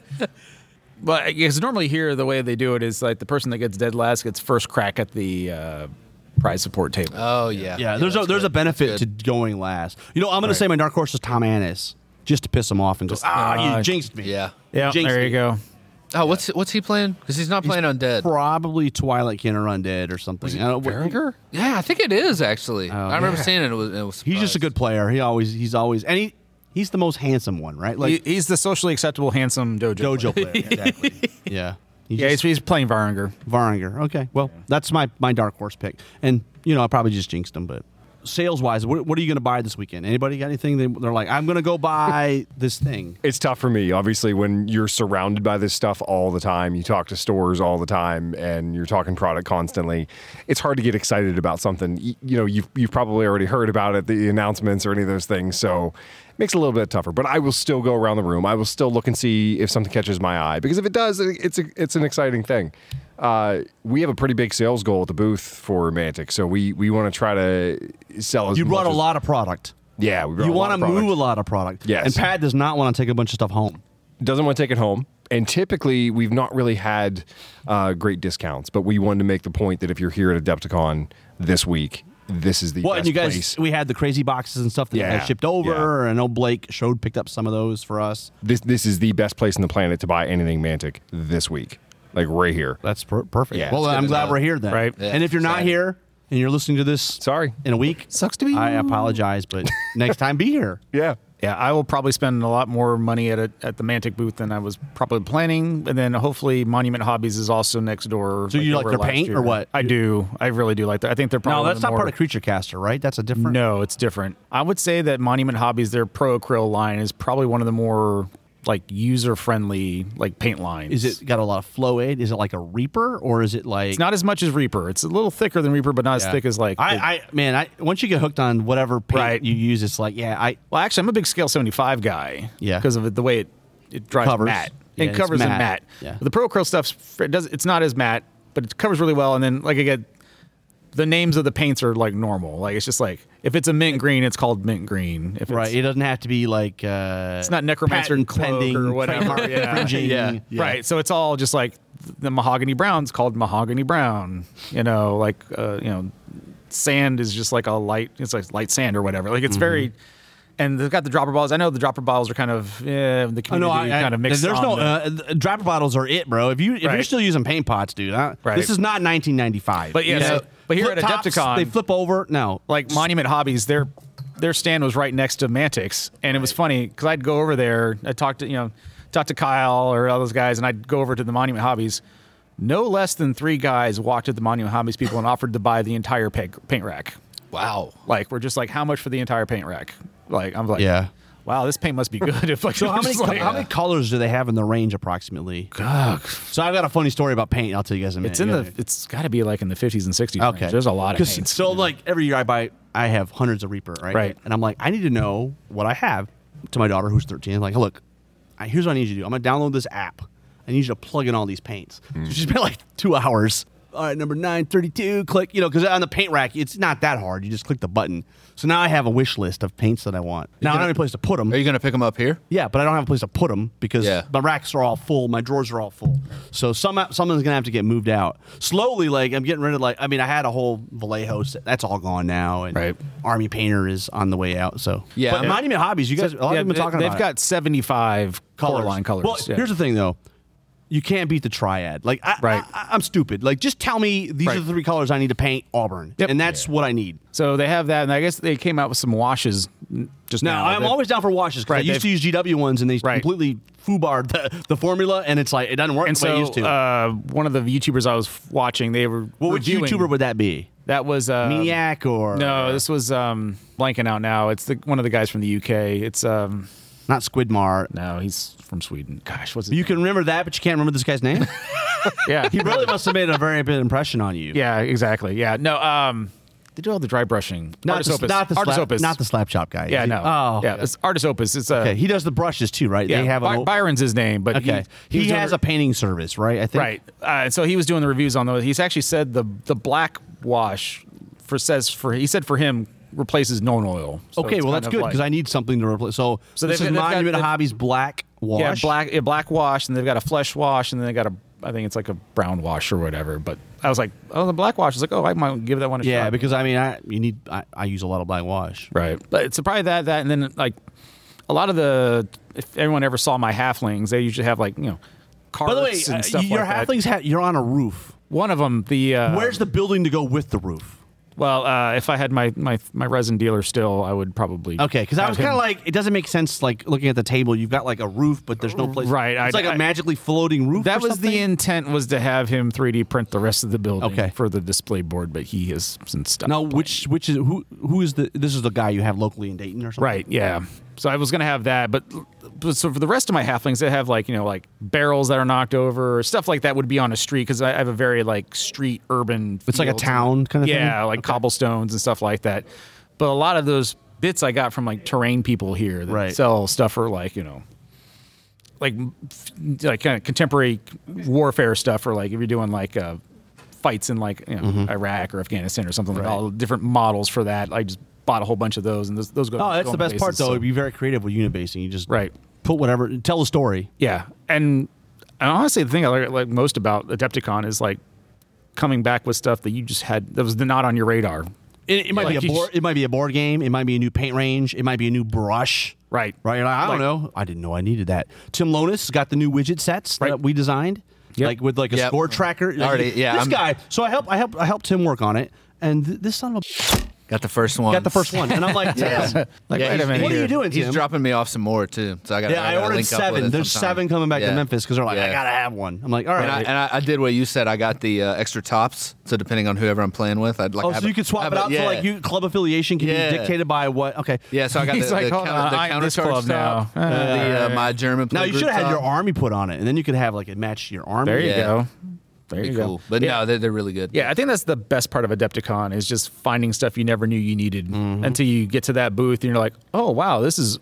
S2: But because normally here the way they do it is like the person that gets dead last gets first crack at the uh, prize support table.
S1: Oh yeah.
S4: Yeah, there's a
S1: that's
S4: there's
S1: good.
S4: a benefit to going last. You know, I'm gonna say my dark horse is Tom Annis, just to piss him off and just ah,
S2: Ah,
S4: you jinxed me.
S1: Yeah.
S2: yeah,
S4: jinxed
S2: there
S4: me.
S2: you go.
S1: Oh, what's what's he playing? Because he's not playing undead.
S4: Probably Twilight Kin or Undead or something. I don't-
S3: Behringer?
S1: yeah, I think it is actually. I remember seeing it. It was. It was
S4: Oh, He's just a
S1: surprised.
S4: good player. He always he's always and he he's the most handsome one, right? Like
S2: he, he's the socially acceptable, handsome dojo.
S4: dojo
S2: player.
S4: player. <laughs> exactly. Yeah. He
S2: Yeah, he's,
S4: just,
S2: he's playing Varinger.
S4: Varinger. Okay. Well, that's my my dark horse pick, and you know I probably just jinxed him, but. Sales wise, what, what are you going to buy this weekend? Anybody got anything? They, they're like, I'm going to go buy this thing.
S3: It's tough for me, obviously, when you're surrounded by this stuff all the time. You talk to stores all the time, and you're talking product constantly. It's hard to get excited about something. Y- You know, you've you've probably already heard about it, the announcements or any of those things. So, it makes it a little bit tougher. But I will still go around the room. I will still look and see if something catches my eye because if it does, it- it's a, it's an exciting thing. Uh, we have a pretty big sales goal at the booth for Mantic, so we we want to try to sell as
S4: You brought
S3: much
S4: a
S3: as-
S4: lot of product.
S3: Yeah, we brought
S4: You
S3: a lot
S4: want
S3: of
S4: to move
S3: product.
S4: a lot of product.
S3: Yes.
S4: And Pat does not want to take a bunch of stuff home.
S3: doesn't want to take it home. And typically, we've not really had uh, great discounts, but we wanted to make the point that if you're here at Adepticon this week, this is the
S4: Well,
S3: best
S4: and you guys,
S3: place.
S4: we had the crazy boxes and stuff that
S3: Yeah.
S4: I shipped over. and I know Blake showed picked up some of those for us.
S3: This this is the best place on the planet to buy anything Mantic this week, like right here.
S4: That's per- perfect.
S3: Yeah,
S4: well,
S3: it's good
S4: I'm
S3: to
S4: glad
S1: know.
S4: we're here then.
S2: Right.
S1: Yeah,
S4: and if you're not
S1: exciting.
S4: here and you're listening to this,
S3: Sorry.
S4: in a week,
S2: Sucks to be
S4: I
S2: you.
S4: apologize, but next time be here.
S3: Yeah,
S2: Yeah, I will probably spend a lot more money at a, at the Mantic booth than I was probably planning, and then hopefully Monument Hobbies is also next door.
S4: So you
S2: they
S4: like
S2: were
S4: their
S2: last
S4: paint or
S2: year.
S4: what?
S2: I do. I really do like that. I think they're probably
S4: No, that's
S2: the
S4: not
S2: more-
S4: part of Creature Caster, right? That's a different.
S2: No, it's different. I would say that Monument Hobbies, their Pro Acryl line, is probably one of the more like user friendly like paint lines.
S4: Is it got a lot of flow aid? Is it like a Reaper or is it like.
S2: It's not as much as Reaper. It's a little thicker than Reaper, but not as thick as like. the-
S4: I, I man, I once you get hooked on whatever paint
S2: Right.
S4: you use, it's like yeah, I
S2: well, actually, I'm a big scale 75 guy.
S4: Yeah.
S2: because of it, the way it it drives
S4: Covers.
S2: matte.
S4: Yeah,
S2: it
S4: it's
S2: covers and
S4: matte.
S2: matte.
S4: Yeah.
S2: The Pearl Curl stuff's it does it's not as matte, but it covers really well. And then like again, the names of the paints are like normal. Like it's just like if it's a mint green, it's called mint green. If
S4: Right.
S2: it's,
S4: It doesn't have to be like uh,
S2: it's not necromancer
S4: patent
S2: cloak
S4: pending,
S2: or whatever.
S4: trademark
S2: Yeah.
S4: infringing.
S1: Yeah.
S2: Right. So it's all just like the mahogany brown's called mahogany brown. You know, like uh, you know, sand is just like a light. It's like light sand or whatever. Like it's
S4: Mm-hmm.
S2: very. And they've got the dropper bottles. I know the dropper bottles are kind of eh, the community
S4: Oh, no, I, I-
S2: kind of mixed.
S4: There's
S2: on
S4: no
S2: the-
S4: uh, th- dropper bottles are it, bro. If you if you're
S2: Right.
S4: still using paint pots, dude, I,
S2: Right.
S4: this is not 1995.
S2: But yeah,
S4: You
S2: so-
S4: know,
S2: but here
S4: flip
S2: at
S4: tops,
S2: Adepticon-
S4: they flip over.
S2: <laughs>
S4: No,
S2: like Monument Hobbies, their their stand was right next to Mantix, and it was funny because I'd go over there. I talked to you know, talked to Kyle or all those guys, and I'd go over to the Monument Hobbies. No less than three guys walked to the Monument Hobbies people and offered to buy the entire peg, paint rack.
S1: Wow.
S2: Like we're just like, how much for the entire paint rack? Like I'm like,
S4: Yeah.
S2: wow, this paint must be good. <laughs> If like,
S4: So how many
S2: just like-
S4: how many colors do they have in the range approximately? So I've got a funny story about paint. I'll tell you guys in a minute.
S2: It's in
S4: You
S2: the.
S4: guys-
S2: It's got to be like in the 50s and 60s.
S4: okay.
S2: range. There's a lot of
S4: 'Cause-
S2: paints.
S4: So like every year I buy, I have hundreds of Reaper, right?
S2: Right.
S4: And I'm like, I need to know what I have to my daughter who's 13. I'm like, look, I, here's what I need you to do. I'm gonna download this app. I need you to plug in all these paints.
S2: Hmm.
S4: So she's been like two hours. All right, number 932, click, you know, because on the paint rack, it's not that hard. You just click the button. So now I have a wish list of paints that I want. Now I don't have a place to put them.
S1: Are you gonna pick them up here?
S4: Yeah, but I don't have a place to put them because
S1: Yeah.
S4: my racks are all full. My drawers are all full. So some someone's gonna have to get moved out slowly. Like I'm getting rid of like I mean I had a whole Vallejo set that's all gone now, and
S2: Right.
S4: Army Painter is you way out. So
S1: Yeah.
S4: but
S1: Yeah.
S4: Monument Hobbies, you guys, a lot
S2: Yeah,
S4: of them
S2: they-
S4: are talking
S2: they've
S4: about
S2: got
S4: it.
S2: 75 color line colors.
S4: Well,
S2: Yeah.
S4: here's the thing though. You can't beat the triad. Like, I,
S2: Right.
S4: I, am stupid. Like, just tell me these are
S2: Right.
S4: the three colors I need to paint Auburn,
S2: Yep.
S4: and that's what I need.
S2: So they have that, and I guess they came out with some washes n- just
S4: Now,
S2: now.
S4: I'm
S2: that-
S4: always down for washes because I
S2: Right,
S4: used to use GW ones and they
S2: Right.
S4: completely foobarred the, the formula and it's like it doesn't work
S2: and
S4: the way it
S2: so
S4: used to.
S2: uh, one of the YouTubers I was f- watching, they were
S4: what would
S2: reviewing,
S4: YouTuber would that be?
S2: that was uh,
S4: Maniac or
S2: No, this was um, blanking out now. It's the one of the guys from the UK. It's um,
S4: not Squidmar.
S2: no, he's from Sweden. Gosh, what's his
S4: You can remember that, but you can't remember this
S2: <laughs>
S4: guy's name.
S2: Yeah,
S4: he really must have made a very big impression on you.
S2: yeah, exactly. Yeah, no, um, they do all the dry brushing.
S4: not
S2: Artis
S4: the,
S2: Opus.
S4: not the
S2: Artis
S4: slap,
S2: Opus.
S4: not the slap shop guy.
S2: yeah,
S4: is he?
S2: no,
S4: Oh,
S2: yeah, it's Artis Opus. It's uh,
S4: okay. He does the brushes too, right?
S2: yeah,
S4: they have
S2: By-
S4: a,
S2: Byron's his name, but
S4: okay.
S2: he,
S4: He,
S2: was
S4: has
S2: over-
S4: a painting service, right? I think.
S2: Right. Uh, so he was doing the reviews on those. He's actually said the the black wash for says for he said for him replaces known oil. So
S4: okay.
S2: it's
S4: Well,
S2: kind
S4: that's
S2: of
S4: good
S2: like-
S4: because I need something to replace. So,
S2: So
S4: this
S2: they've-
S4: is
S2: they've got-
S4: Monument
S2: they've-
S4: Hobbies black wash.
S2: yeah black yeah, black wash and they've got a flesh wash and then they got a I think it's like a brown wash or whatever. But I was like, oh, the black wash is like oh I might give that one a shot.
S4: Yeah, because I mean, I you need. I, I use a lot of black wash.
S2: Right. But so probably that, that, and then like a lot of the, if everyone ever saw my halflings, they usually have like, you know, carts
S4: By the way,
S2: and
S4: uh,
S2: stuff
S4: your
S2: like that.
S4: halflings hat. You're on a roof.
S2: One of them, the, uh,
S4: Where's the building to go with the roof?
S2: well, uh, if I had my, my, my resin dealer still, I would probably.
S4: Okay, because I
S2: have
S4: was kind
S2: him-
S4: of like, it doesn't make sense. Like looking at the table, you've got like a roof, but there's no place.
S2: Right,
S4: it's
S2: I-
S4: like a
S2: I-
S4: magically floating roof.
S2: That
S4: or
S2: was the
S4: something?
S2: intent was to have him 3D print the rest of the building
S4: Okay.
S2: for the display board, but he has since stopped.
S4: Now, which which is who who is the this is the guy you have locally in Dayton or something?
S2: Right, yeah. So I was gonna have that, but, but so for the rest of my halflings, they have like you know like barrels that are knocked over, stuff like that would be on a street because I I have a very like street urban.
S4: It's like a
S2: feel to-
S4: town kind of thing?
S2: yeah, like cobblestones and stuff like that. But a lot of those bits I got from like terrain people here that
S4: Right.
S2: sell stuff for like you know, like f- like kind of contemporary warfare stuff or like if you're doing like uh, fights in like you know,
S4: Mm-hmm.
S2: Iraq or Afghanistan or something like all the different models for that. I just bought a whole bunch of those and those, those go.
S4: Oh, that's
S2: go on
S4: the best part
S2: bases,
S4: though.
S2: so-
S4: It'd be very creative with unit basing. You just
S2: Right.
S4: put whatever, tell a story.
S2: yeah, and, and honestly, the thing I like, like most about Adepticon is like coming back with stuff that you just had that was not on your radar.
S4: It, it might
S2: Like
S4: be a
S2: you
S4: board. It might be a board game. It might be a new paint range. It might be a new brush.
S2: Right.
S4: Right. You're like, I don't know. I didn't know I needed that. Tim Lonis got the new widget sets
S2: Right.
S4: that we designed.
S2: Yep.
S4: Like with like a
S1: Yep.
S4: score tracker. Like,
S1: Already- yeah,
S4: This
S1: I'm-
S4: guy. So I help. I help. I helped him work on it. And th- this son of a
S1: Got the first one.
S4: got the first one. And I'm
S2: <laughs>
S4: like, Tim,
S2: Like,
S1: Yeah,
S2: wait a
S1: he's-
S2: minute.
S4: what are
S2: here.
S4: you
S1: <laughs>
S4: doing,
S1: He's
S4: Tim?
S1: dropping me off some more too, so I got.
S4: yeah, I ordered seven. There's seven coming back to Memphis because they're like, I gotta have one. I'm like, all right.
S1: And I, and I, I did what you said. I got the uh, extra tops. So depending on whoever I'm playing with, I'd like.
S4: oh,
S1: have
S4: so you
S1: a-
S4: could swap
S1: have
S4: it
S1: a-
S4: out.
S1: yeah.
S4: So like, you club affiliation can
S1: Yeah.
S4: be dictated by what? Okay.
S1: Yeah, so I
S4: <laughs>
S1: got
S2: He's
S1: the,
S2: like,
S1: the,
S2: "Hold
S1: counter,
S2: on,
S1: the
S2: I am
S1: counter
S2: this
S1: card
S2: club
S1: stop,
S2: now."
S1: the uh, my German.
S4: Now you
S1: playgroup
S4: should have had your
S1: top.
S4: army put on it, and then you could have like it match your army.
S2: There you
S1: Yeah.
S2: go. There
S1: Be
S2: you
S1: cool,
S2: go.
S1: but
S2: yeah.
S1: no, they're, they're really good.
S2: yeah, I think that's the best part of Adepticon is just finding stuff you never knew you needed
S4: Mm-hmm.
S2: until you get to that booth and you're like, oh wow, this is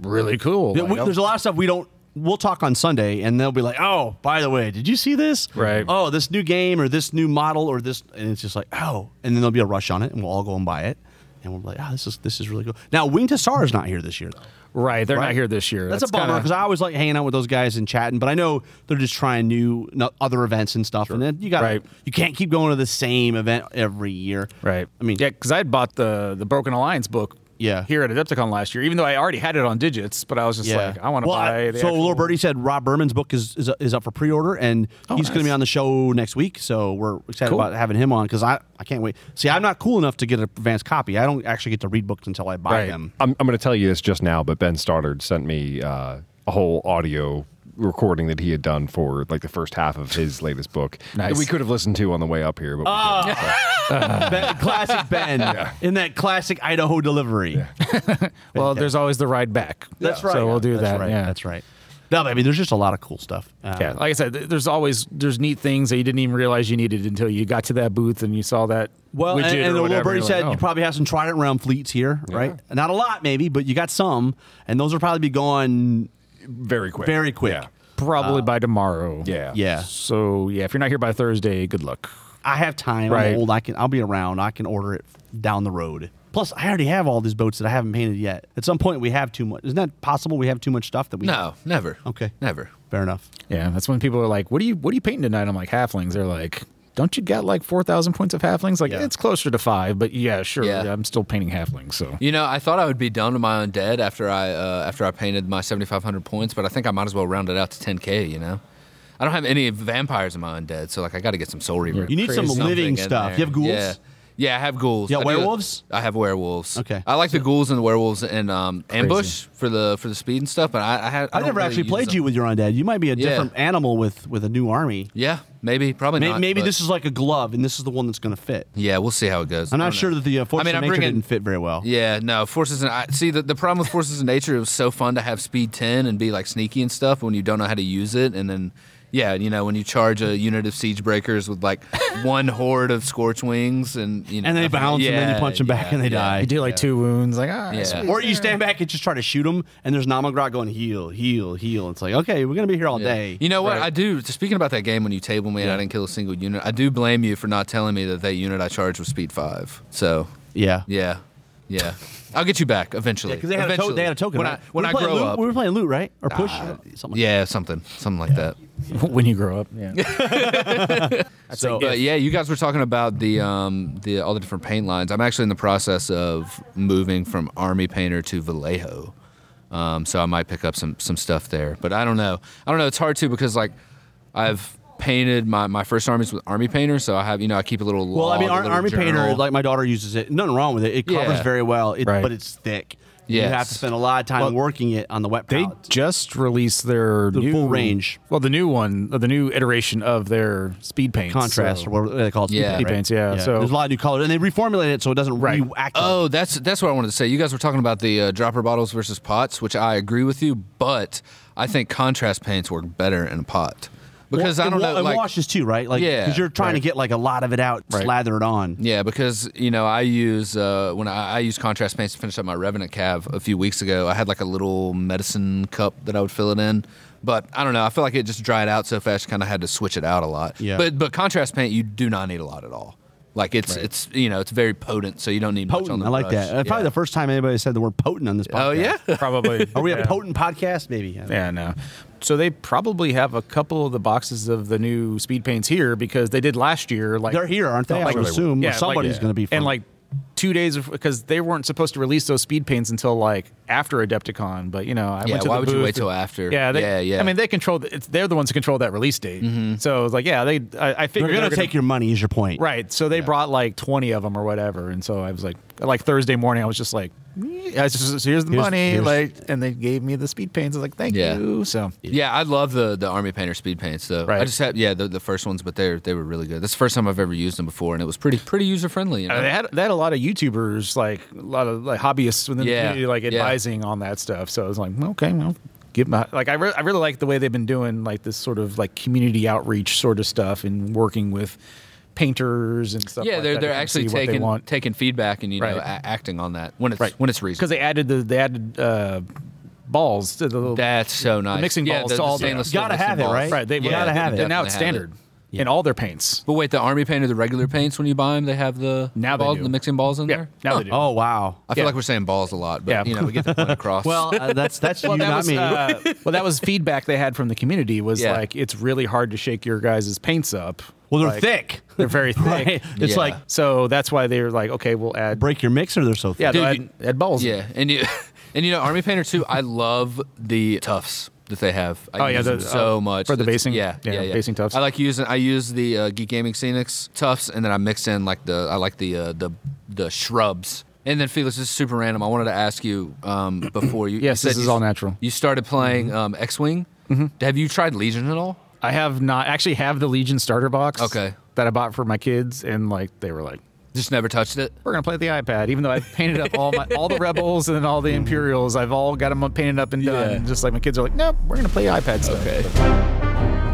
S2: really cool.
S4: Yeah,
S2: Like,
S4: we,
S2: oh,
S4: there's a lot of stuff we don't we'll talk on Sunday, and they'll be like, "Oh, by the way, did you see this?
S2: Right.
S4: Oh, this new game or this new model or this," and it's just like, "Oh," and then there'll be a rush on it, and we'll all go and buy it, and we'll be like, "Oh, this is this is really cool." Now, Wing Tassar is not here this year though.
S2: Right, they're not
S4: Right.
S2: here this year.
S4: That's, a bummer
S2: kinda-
S4: because I always like hanging out with those guys and chatting. But I know they're just trying new no, other events and stuff, and then you got
S2: Right.
S4: to you can't keep going to the same event every year.
S2: Right.
S4: I mean,
S2: yeah, because I had bought the the Broken Alliance book.
S4: Yeah.
S2: Here at Adepticon last year, even though I already had it on digits, but I was just like, I want to
S4: Well,
S2: buy. the
S4: so
S2: actual-
S4: Little Birdie said Rob Berman's book is is, is up for pre order, and he's going to
S2: Oh, nice.
S4: be on the show next week. So we're excited
S2: Cool.
S4: about having him on because I I can't wait. See, I'm not cool enough to get an advanced copy. I don't actually get to read books until I buy
S2: Right.
S4: them.
S3: I'm, I'm going to tell you this just now, but Ben Stoddard sent me uh, a whole audio recording that he had done for like the first half of his latest book that
S2: Nice.
S3: we could have listened to on the way up here. But we
S4: Ah.
S3: didn't. So,
S4: Ben-
S2: <laughs>
S4: classic Ben in that classic Idaho delivery.
S2: Well, there's always the ride back.
S4: That's right.
S2: So we'll do
S4: That's
S2: that.
S4: right.
S2: Yeah.
S4: That's right. No, but I mean, there's just a lot of cool stuff. Uh,
S2: Yeah, like I said, th- there's always there's neat things that you didn't even realize you needed until you got to that booth and you saw that.
S4: Well,
S2: widget
S4: and, and
S2: or
S4: the little
S2: whatever,
S4: birdie
S2: you're
S4: said
S2: like,
S4: you
S2: "Oh."
S4: probably have some Trident Realm fleets here, right? Not a lot, maybe, but you got some, and those will probably be gone
S3: very quick.
S4: very quick.
S3: Yeah.
S2: probably by tomorrow.
S3: Yeah.
S4: Uh, Yeah.
S2: So yeah, if you're not here by Thursday, good luck.
S4: I have time.
S2: Right.
S4: I'm old. I can. I'll be around. I can order it down the road. Plus, I already have all these boats that I haven't painted yet. At some point, we have too much. Isn't that possible? We have too much stuff that we.
S1: No, never.
S4: Okay.
S1: Never.
S4: Fair enough.
S2: Yeah, that's when people are like, "What are you What are you painting tonight?" I'm like, "Halflings." They're like, "Don't you got like four thousand points of halflings?" Like
S4: Yeah.
S2: it's closer to five, but yeah, sure.
S1: Yeah.
S2: I'm still painting halflings. So
S1: You know, I thought I would be done with my undead after I uh, after I painted my 7,500 points, but I think I might as well round it out to 10k. You know, I don't have any vampires in my undead, so like I got to get some soul reaver.
S4: You need some
S1: Something
S4: living
S1: in
S4: stuff.
S1: there.
S4: You have ghouls.
S1: Yeah. Yeah, I have ghouls.
S4: You
S1: Yeah,
S4: got werewolves?
S1: I have werewolls.
S4: Okay.
S1: I like the ghouls and the werewolves and um, ambush for the for the speed and stuff. But I I, had,
S4: I,
S1: don't
S4: never
S1: really
S4: actually
S1: use
S4: played
S1: them.
S4: you with your undead. You might be a
S1: Yeah.
S4: different animal with with a new army.
S1: Yeah, maybe probably
S4: Maybe,
S1: not.
S4: maybe
S1: but-
S4: this is like a glove, and this is the one that's going to fit.
S1: Yeah, we'll see how it goes.
S4: I'm
S1: I
S4: not
S1: don't
S4: sure
S1: know.
S4: that the uh, force
S1: I mean,
S4: of
S1: I'm
S4: nature
S1: bringing-
S4: didn't fit very well.
S1: Yeah, no, forces and I see the, the problem with forces of nature. It was so fun to have speed ten and be like sneaky and stuff when you don't know how to use it, and then yeah, you know when you charge a unit of siege breakers with
S4: <laughs>
S1: like one horde of scorch wings and you know
S4: And they
S1: nothing-
S4: bounce, and then you punch 'em back and they die.
S2: you do like two wounds, like ah,
S1: Yeah.
S2: sweet.
S4: Or you stand back and just try to shoot them, and there's Namagrot going heal, heal, heal. It's like, okay, we're gonna be here all
S1: Yeah.
S4: day.
S1: You know what? I do. Speaking about that game when you table me and I didn't kill a single unit, I do blame you for not telling me that that unit I charged was speed five. So
S4: yeah,
S1: yeah, yeah, I'll get you back eventually.
S4: Because they, had a to-
S1: Eventually.
S4: they had a token.
S1: when
S4: right?
S1: I when
S4: We
S1: I
S4: were playing
S1: grow
S4: loot,
S1: up. Ah,
S4: we were playing loot, right? Or push, or something. Like
S1: yeah, something, something like that.
S2: <laughs> when you grow up. Yeah.
S4: that. So,
S1: But uh, yeah, you guys were talking about the um the all the different paint lines. I'm actually in the process of moving from Army Painter to Vallejo, um, so I might pick up some some stuff there. But I don't know. I don't know. It's hard to because like I've painted my my first armies with Army Painter, so I have you know I keep a little.
S4: well, I
S1: log,
S4: mean,
S1: a
S4: Ar-
S1: little
S4: Army Painter,
S1: journal.
S4: like my daughter uses it. Nothing wrong with it. It covers
S1: Yeah.
S4: very well, it,
S2: Right.
S4: but it's thick. You
S1: Yes.
S4: have to spend a lot of time working it on the wet
S2: They
S4: palette.
S2: just released their
S4: The
S2: new,
S4: full range.
S2: Well, the new one, uh, the new iteration of their speed paint
S4: contrast or whatever they call it.
S1: Yeah.
S4: Speed
S2: Paints, yeah, so-
S4: there's a lot of new colors, and they reformulate it so it doesn't
S2: Right.
S4: react.
S1: Oh, that's that's what I wanted to say. You guys were talking about the uh, dropper bottles versus pots, which I agree with you, but I think contrast paints work better in a pot because I
S4: it
S1: don't
S4: wa-
S1: know.
S4: It
S1: like,
S4: washes too, right? Like,
S1: Yeah,
S4: because you're trying to get like a lot of it out, slather it on.
S1: Yeah, because you know I use uh, when I, I use contrast paints to finish up my revenant calf a few weeks ago. I had like a little medicine cup that I would fill it in, but I don't know. I feel like it just dried out so fast. Kind of had to switch it out a lot.
S4: Yeah.
S1: But but contrast paint you do not need a lot at all. Like it's it's you know it's very potent, so you don't need much on
S4: Potent.
S1: the
S4: I like
S1: brush.
S4: that. That's Probably
S1: Yeah.
S4: the first time anybody said the word potent on this podcast.
S1: Oh yeah.
S2: So <laughs> probably.
S4: <laughs> Are we
S2: yeah.
S4: a potent podcast? Maybe. I don't
S2: Yeah, no. So they probably have a couple of the boxes of the new speed paints here because they did last year. Like
S4: They're here, aren't they?
S2: Yeah,
S4: I would
S2: like-
S4: assume
S2: yeah,
S4: somebody's
S2: like-
S4: going to be. From.
S2: And like two days because they weren't supposed to release those speed paints until like after Adepticon. But you know, I
S1: Yeah,
S2: went to
S1: why
S2: the
S1: would you
S2: booth
S1: wait
S2: and-
S1: till after?
S2: Yeah, they,
S1: Yeah, Mm-hmm. yeah.
S2: I mean, they control. The, it's, they're the ones who control that release date. So it's like, yeah, they. I, I
S4: they're
S2: figured
S4: going to take your money. Is your point?
S2: Right, so they brought like twenty of them or whatever, and so I was like, like Thursday morning, I was just like, "Eh," I was just, here's the
S4: Here's-
S2: money,
S4: here's-
S2: like, and they gave me the speed paints. I was like, thank
S1: Yeah.
S2: you. So
S1: Yeah, I love the the Army Painter speed paints though. I
S2: Right.
S1: just had yeah the, the first ones, but they they were really good. That's the first time I've ever used them before, and it was pretty pretty user friendly. You know?
S2: Uh, they had they had a lot of YouTubers, like a lot of like hobbyists within
S1: Yeah,
S2: the community, like
S1: yeah.
S2: advising on that stuff. So I was like, well, okay, well, give my like I, re- I really like the way they've been doing like this sort of like community outreach sort of stuff and working with painters and stuff.
S1: yeah,
S2: like
S1: they're
S2: that
S1: they're
S2: to kinda see
S1: actually
S2: what they
S1: taking
S2: want.
S1: taking feedback and you know
S2: Right.
S1: a- acting on that when it's
S2: Right.
S1: when it's reasonable.
S2: because they added the they added uh, balls to the little
S1: That's so nice.
S2: mixing
S1: yeah,
S2: balls
S1: the,
S2: to all
S1: the
S2: the-
S1: stainless steel
S4: Gotta
S1: mixing
S4: have it,
S1: balls.
S4: right?
S2: Right, they
S4: You
S2: yeah,
S4: gotta have it.
S2: And now it's
S1: Definitely have
S2: standard in all their paints.
S1: But wait, the army paint or the regular paints when you buy them, they have the
S2: Now they
S1: balls-
S2: do.
S1: the mixing balls in
S2: Yeah,
S1: there.
S2: now
S1: Huh.
S2: they do.
S4: Oh wow.
S1: I feel
S2: Yeah.
S1: like we're saying balls a lot, but
S2: Yeah.
S1: you know we get
S2: <laughs>
S1: the point across.
S4: Well, uh, that's that's you,
S2: well, that
S4: not
S2: was,
S4: me.
S2: uh, <laughs> well, that was feedback they had from the community. Was
S1: Yeah.
S2: like it's really hard to shake your guys' paints up.
S4: well, they're
S2: Like,
S4: thick.
S2: <laughs> They're very thick.
S4: Right? It's
S1: Yeah.
S4: like
S2: So that's why they're like, okay, we'll add.
S4: <laughs> break your mixer. They're so thick.
S2: yeah,
S1: Dude,
S2: they'll
S1: you-
S2: add, add balls.
S1: yeah, and you <laughs> and you know army painter too. I love the tufts that they have. I
S2: Oh, yeah,
S1: use
S2: the-
S1: them so
S2: uh,
S1: much
S2: for the
S1: It's-
S2: basing?
S1: Yeah, yeah,
S2: Yeah,
S1: yeah.
S2: basing tufts.
S1: I like using. I use the uh, Geek Gaming Scenics tufts, and then I mix in like the I like the uh, the the shrubs. And then Felix, this is super random. I wanted to ask you um,
S2: <clears throat>
S1: before you.
S2: Yes,
S1: you
S2: this
S1: said
S2: is
S1: you-
S2: all natural. Mm-hmm.
S1: You started playing um, X Wing. Have you tried Legion at all?
S2: I have not actually have the Legion starter box.
S1: Okay.
S2: That I bought for my kids, and like they were like,
S1: Just never touched it.
S2: we're gonna play the iPad, even though I painted up all
S1: <laughs>
S2: my all the rebels and all the Imperials. I've all got them painted up and done.
S1: Yeah.
S2: Just like my kids are like, nope, we're gonna play iPad stuff.
S1: Okay.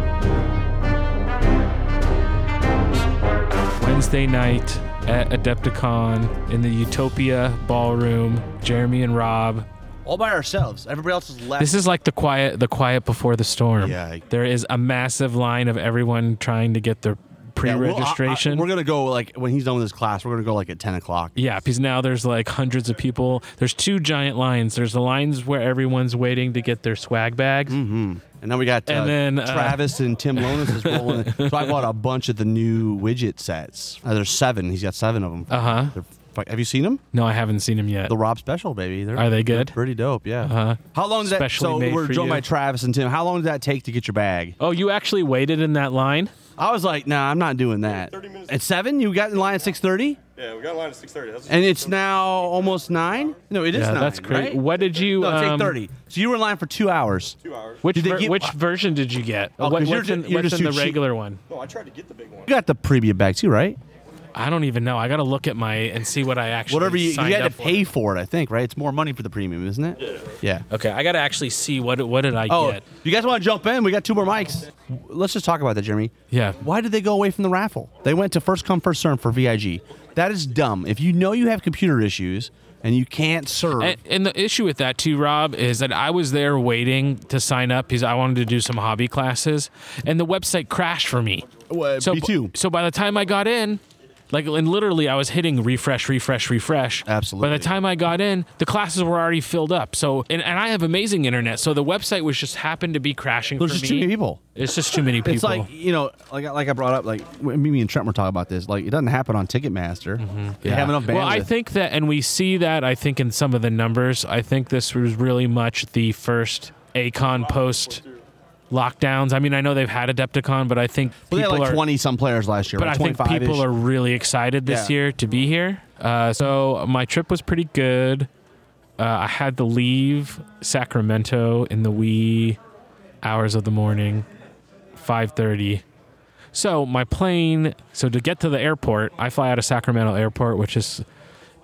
S5: Wednesday night at Adepticon in the Utopia Ballroom. Jeremy and Rob.
S4: all by ourselves. Everybody else is left.
S5: This is like the quiet, the quiet before the storm.
S4: Yeah.
S5: There is a massive line of everyone trying to get their
S4: Yeah, well, I- I-
S5: pre-registration.
S4: we're gonna go like when he's done with his class. We're gonna go like at ten o'clock.
S5: Yeah, because now there's like hundreds of people. There's two giant lines. There's the lines where everyone's waiting to get their swag bags.
S4: Mm-hmm. And then we got uh,
S5: And then, uh,
S4: Travis and Tim Lonis is rolling. so I bought a bunch of the new widget sets. Uh, there's seven. He's got seven of them.
S5: Uh-huh.
S4: huh. Have you seen them?
S5: No, I haven't seen him yet.
S4: The Rob Special, baby. They're,
S5: Are they
S4: they're
S5: good?
S4: pretty dope. Yeah. Uh-huh. How long does that?
S5: Specially
S4: So
S5: made
S4: we're
S5: for
S4: joined
S5: you.
S4: by Travis and Tim. How long did that take to get your bag?
S5: oh, you actually waited in that line?
S4: I was like, nah, I'm not doing that.
S6: 30 minutes.
S4: At seven, you got in line at six thirty,
S6: Yeah, we got a line at six thirty. That's
S4: and it's now almost nine. No, it is
S5: yeah,
S4: nine.
S5: that's great.
S4: right?
S5: What did you?
S4: No, it's eight
S5: um,
S4: thirty. So you were in line for two hours.
S6: two hours.
S5: Which
S4: Did they
S5: ver-
S4: give-
S5: which version did you get?
S4: Oh, 'cause
S5: what,
S4: you're
S5: what's
S4: ju-
S5: in,
S4: you're
S5: what's
S4: just
S5: in the
S4: too cheap.
S5: regulal one?
S6: No, I tried to get the big one.
S4: You got the preview bag too, right?
S5: I don't even know. I gotta look at my and see what I actually
S4: Whatever you, you
S5: signed
S4: had to
S5: up
S4: pay for it, I think, right? It's more money for the premium, isn't it? Yeah.
S5: For. Okay, I gotta actually see what what did I
S4: Oh,
S5: get.
S4: you guys want to jump in? We got two more mics. Let's just talk about that, Jeremy.
S5: Yeah.
S4: Why did they go away from the raffle? They went to first come first serve for VIG. That is dumb. If you know you have computer issues and you can't serve,
S5: And, and the issue with that too, Rob, is that I was there waiting to sign up because I wanted to do some hobby classes, and the website crashed for me.
S4: Well, me too.
S5: So by the time I got in, like and literally I was hitting refresh, refresh, refresh.
S4: Absolutely.
S5: By the time I got in, the classes were already filled up. So and, and I have amazing internet, so the website was just happened to be crashing
S4: there's
S5: for
S4: just
S5: me.
S4: too many people.
S5: It's just too many people.
S4: It's like you know, like I- like I brought up, like when Mimi and Trent were talking about this. Like it doesn't happen on Ticketmaster. They have enough bandwidth.
S5: Mm-hmm. Well, I think that, and we see that, I think, in some of the numbers. I think this was really much the first Acon post lockdowns. I mean, I know they've had Adepticon, but I think
S4: Well, they had
S5: people
S4: like
S5: are.
S4: twenty some players last year,
S5: but I
S4: like
S5: think
S4: 25
S5: people are really excited this
S4: Yeah.
S5: year to be here. Uh, so my trip was pretty good. Uh, I had to leave Sacramento in the wee hours of the morning, five thirty. So my plane. So to get to the airport, I fly out of Sacramento Airport, which is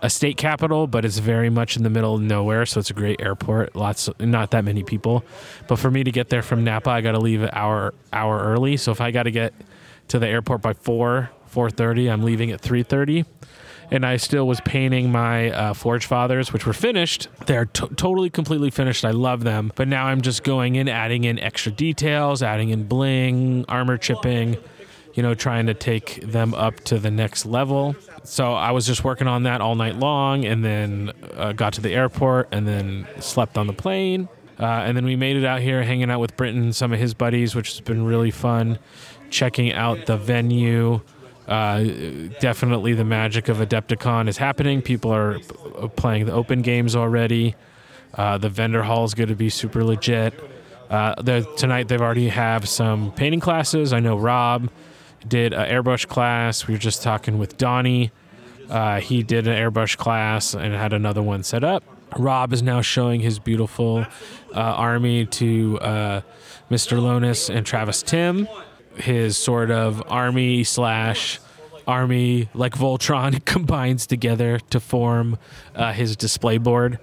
S5: a state capital, but it's very much in the middle of nowhere. So it's a great airport. Lots, not that many people. But for me to get there from Napa, I got to leave an hour hour early. So if I got to get to the airport by four four thirty, I'm leaving at three thirty. And I still was painting my uh, Forge Fathers, which were finished. They're to totally, completely finished. I love them. But now I'm just going in, adding in extra details, adding in bling, armor chipping, you know, trying to take them up to the next level. So I was just working on that all night long and then uh, got to the airport and then slept on the plane. Uh, and then we made it out here hanging out with Britton, some of his buddies, which has been really fun. Checking out the venue. Uh, definitely the magic of Adepticon is happening. People are p- uh, playing the open games already. Uh, the vendor hall is going to be super legit. Uh, the, tonight they've already have some painting classes. I know Rob did an airbrush class. We were just talking with Donnie. Uh, he did an airbrush class and had another one set up. Rob is now showing his beautiful uh, army to uh, Mr. Lonis and Travis Tim, his sort of army slash army like Voltron <laughs> combines together to form uh, his display board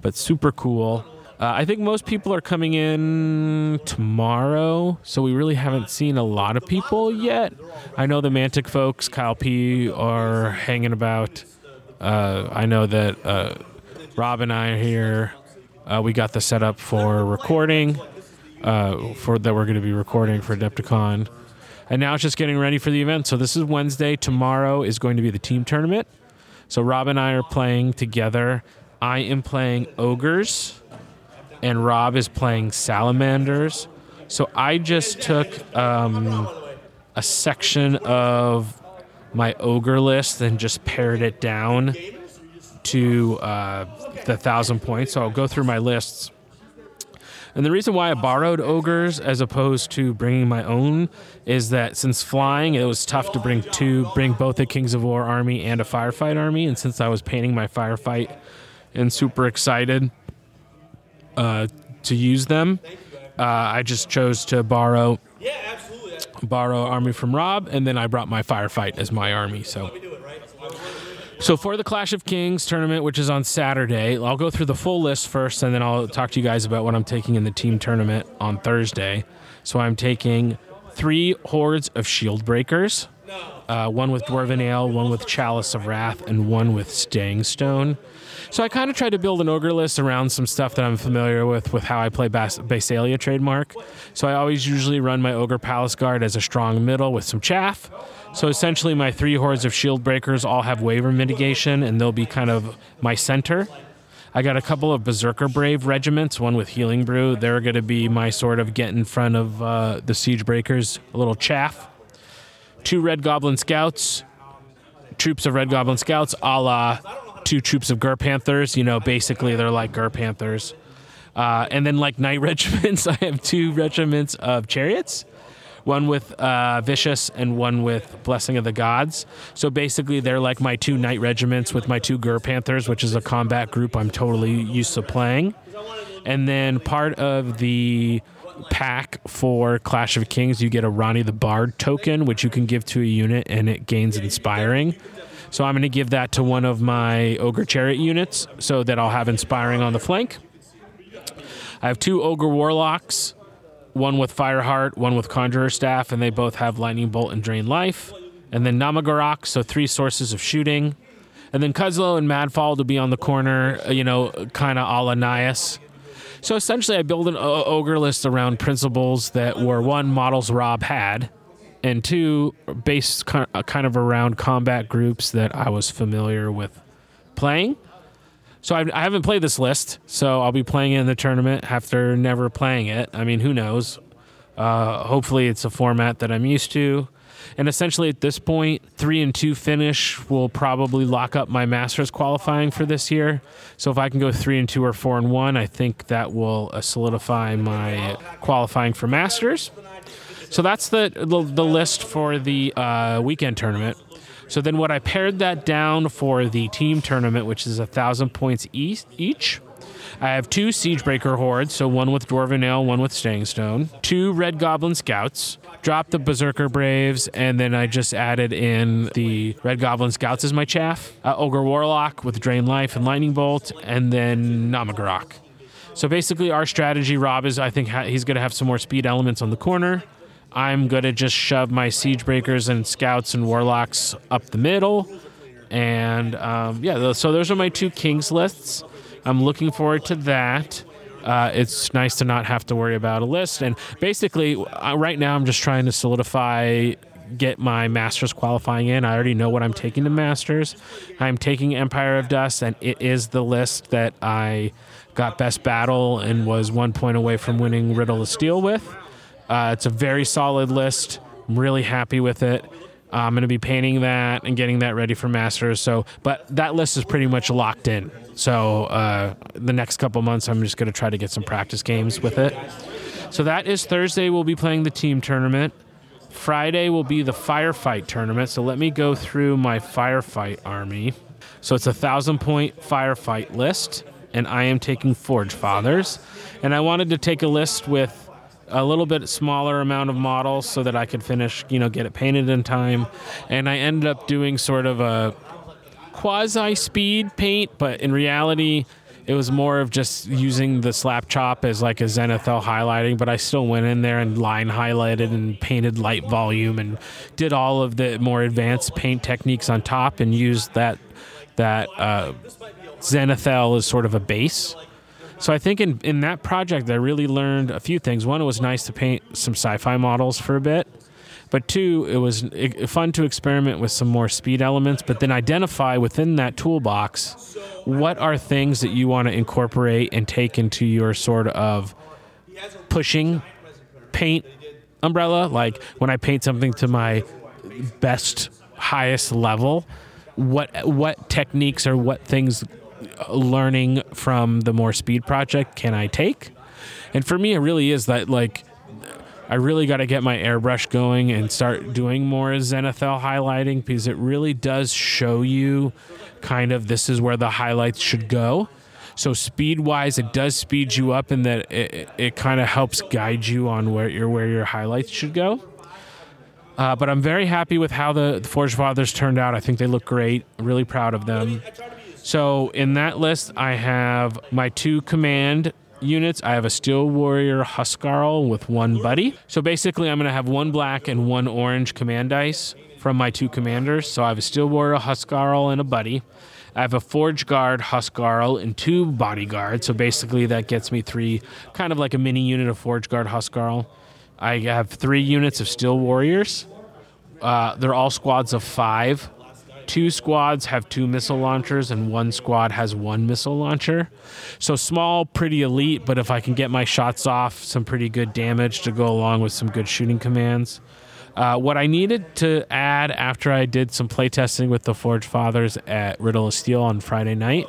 S5: but super cool. Uh, I think most people are coming in tomorrow, so we really haven't seen a lot of people yet. I know the Mantic folks, Kyle P, are hanging about. Uh, I know that uh, Rob and I are here. Uh, we got the setup for recording, uh, for that we're going to be recording for Adepticon, and now it's just getting ready for the event. So this is Wednesday. Tomorrow is going to be the team tournament. So Rob and I are playing together. I am playing ogres, and Rob is playing salamanders. So I just took um, a section of my ogre list and just pared it down to uh, the thousand points. So I'll go through my lists. And the reason why I borrowed ogres as opposed to bringing my own is that since flying, it was tough to bring two, bring both a Kings of War army and a firefight army. And since I was painting my firefight and super excited uh, to use them, uh, I just chose to borrow
S6: Yeah, absolutely.
S5: borrow army from Rob, and then I brought my firefight as my army. So. So for the Clash of Kings tournament, which is on Saturday, I'll go through the full list first, and then I'll talk to you guys about what I'm taking in the team tournament on Thursday. So I'm taking three hordes of shield breakers, uh, one with dwarven ale, one with chalice of wrath, and one with staying stone. So I kind of tried to build an ogre list around some stuff that I'm familiar with, with how I play Bas- Basalia trademark. So I always usually run my ogre palace guard as a strong middle with some chaff. So essentially, my three hordes of shield breakers all have waiver mitigation, and they'll be kind of my center. I got a couple of Berserker Brave regiments, one with Healing Brew. They're going to be my sort of get in front of uh, the Siege Breakers, a little chaff. Two Red Goblin Scouts, troops of Red Goblin Scouts, a la two troops of Gur Panthers. You know, basically they're like Gur Panthers. Uh, and then, like Knight <laughs> regiments, I have two regiments of Chariots one with uh, Vicious and one with Blessing of the Gods. So basically, they're like my two knight regiments with my two Gur Panthers, which is a combat group I'm totally used to playing. And then part of the pack for Clash of Kings, you get a Ronnie the Bard token, which you can give to a unit and it gains inspiring. So I'm going to give that to one of my Ogre Chariot units so that I'll have inspiring on the flank. I have two Ogre Warlocks one with Fireheart, one with Conjurer Staff, and they both have Lightning Bolt and Drain Life. And then Namagarok, so three sources of shooting. And then Cuzlo and Madfall to be on the corner, uh, you know, kind of a la Nias. So essentially, I build an o- ogre list around principles that were one, models Rob had, and two, based ki- uh, kind of around combat groups that I was familiar with playing. So I, I haven't played this list, so I'll be playing it in the tournament after never playing it. I mean, who knows? Uh, hopefully, it's a format that I'm used to. And essentially, at this point, three and two finish will probably lock up my Masters qualifying for this year. So if I can go three and two or four and one, I think that will uh, solidify my qualifying for Masters. So that's the the, the list for the uh, weekend tournament. So then, what I pared that down for the team tournament, which is a thousand points each, each. I have two Siegebreaker hordes, so one with Dwarven Ale, one with Staying Stone. Two Red Goblin Scouts. Dropped the Berserker Braves, and then I just added in the Red Goblin Scouts as my chaff. Uh, Ogre Warlock with Drain Life and Lightning Bolt, and then Namagarok. So basically, our strategy, Rob, is I think ha- he's going to have some more speed elements on the corner. I'm going to just shove my siege breakers and scouts and warlocks up the middle. And um, yeah, tho- so those are my two kings lists. I'm looking forward to that. Uh, it's nice to not have to worry about a list. And basically, uh, right now, I'm just trying to solidify, get my master's qualifying in. I already know what I'm taking to master's. I'm taking Empire of Dust, and it is the list that I got best battle and was one point away from winning Riddle of Steel with. Uh, it's a very solid list. I'm really happy with it. Uh, I'm going to be painting that and getting that ready for masters. So, but that list is pretty much locked in. So, uh, the next couple months, I'm just going to try to get some practice games with it. So that is Thursday. We'll be playing the team tournament. Friday will be the firefight tournament. So let me go through my firefight army. So it's a thousand point firefight list, and I am taking Forge Fathers. And I wanted to take a list with a little bit smaller amount of models so that I could finish, you know, get it painted in time. And I ended up doing sort of a quasi speed paint, but in reality, it was more of just using the slap chop as like a Zenithel highlighting. But I still went in there and line highlighted and painted light volume and did all of the more advanced paint techniques on top and used that that uh, Zenithel as sort of a base. So I think in, in that project, I really learned a few things. One, it was nice to paint some sci-fi models for a bit, but two, it was i- fun to experiment with some more speed elements, but then identify within that toolbox what are things that you want to incorporate and take into your sort of pushing paint umbrella. Like when I paint something to my best, highest level, what what techniques or what things uh, learning from the more speed project can I take? And for me, it really is that like I really got to get my airbrush going and start doing more Zenithel highlighting because it really does show you kind of this is where the highlights should go. So speed wise, it does speed you up in that it, it, it kind of helps guide you on where your where your highlights should go. Uh, but I'm very happy with how the, the Forge Fathers turned out. I think they look great. I'm really proud of them. So in that list, I have my two command units. I have a Steel Warrior Huskarl with one buddy. So basically, I'm going to have one black and one orange command dice from my two commanders. So I have a Steel Warrior Huskarl and a buddy. I have a Forge Guard Huskarl and two bodyguards. So basically, that gets me three, kind of like a mini unit of Forge Guard Huskarl. I have three units of Steel Warriors. Uh, they're all squads of five. Two squads have two missile launchers, and one squad has one missile launcher. So small, pretty elite, but if I can get my shots off, some pretty good damage to go along with some good shooting commands. Uh, what I needed to add after I did some playtesting with the Forge Fathers at Riddle of Steel on Friday night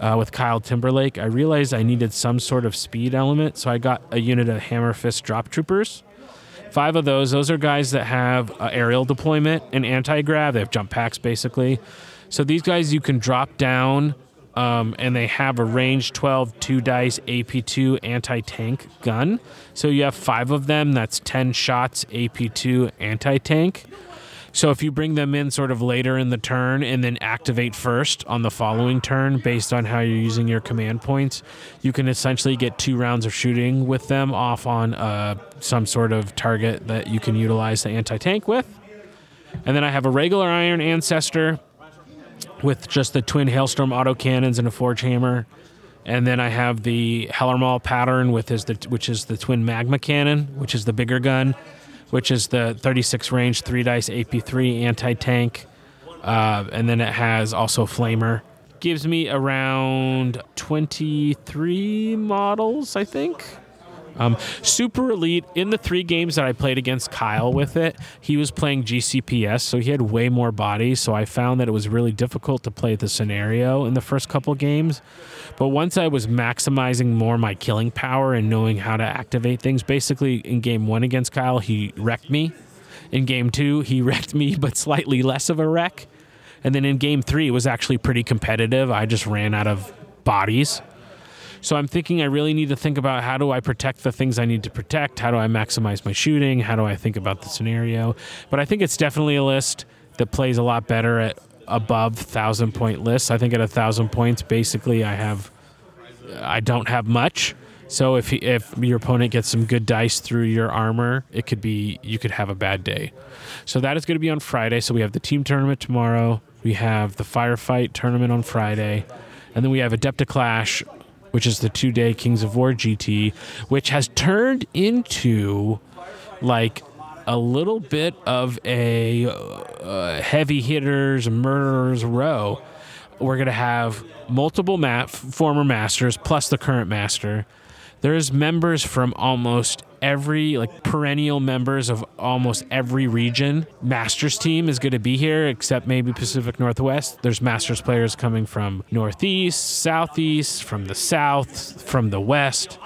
S5: uh, with Kyle Timberlake, I realized I needed some sort of speed element, so I got a unit of Hammer Fist Drop Troopers five of those. Those are guys that have uh, aerial deployment and anti grav. They have jump packs basically. So these guys you can drop down, um, and they have a range 12, two dice AP2 anti tank gun. So you have five of them. That's 10 shots AP2 anti tank. So if you bring them in sort of later in the turn and then activate first on the following turn based on how you're using your command points, you can essentially get two rounds of shooting with them off on uh, some sort of target that you can utilize the anti tank with. And then I have a regular Iron Ancestor with just the twin Hailstorm autocannons and a Forge Hammer. And then I have the Hellermal pattern with is the which is the twin magma cannon, which is the bigger gun, which is the 36 range three dice AP3 anti tank, uh, and then it has also flamer. Gives me around 23 models, I think. Um, super elite. In the three games that I played against Kyle with it, he was playing GCPS, so he had way more bodies. So I found that it was really difficult to play the scenario in the first couple games. But once I was maximizing more my killing power and knowing how to activate things, basically in game one against Kyle, he wrecked me. In game two, he <laughs> wrecked me, but slightly less of a wreck. And then in game three, it was actually pretty competitive. I just ran out of bodies. So I'm thinking I really need to think about how do I protect the things I need to protect? How do I maximize my shooting? How do I think about the scenario? But I think it's definitely a list that plays a lot better at above thousand point lists. I think at a thousand points, basically, I have I don't have much. So if he, if your opponent gets some good dice through your armor, it could be you could have a bad day. So that is going to be on Friday. So we have the team tournament tomorrow. We have the firefight tournament on Friday, and then we have Adepta Clash, which is the two day Kings of War GT, which has turned into like a little bit of a uh, heavy hitters murderers row we're going to have multiple ma- former masters plus the current master. There's members from almost every, like perennial members of almost every region. Masters team is going to be here, except maybe Pacific Northwest. There's Masters players coming from Northeast, Southeast, from the South, from the West.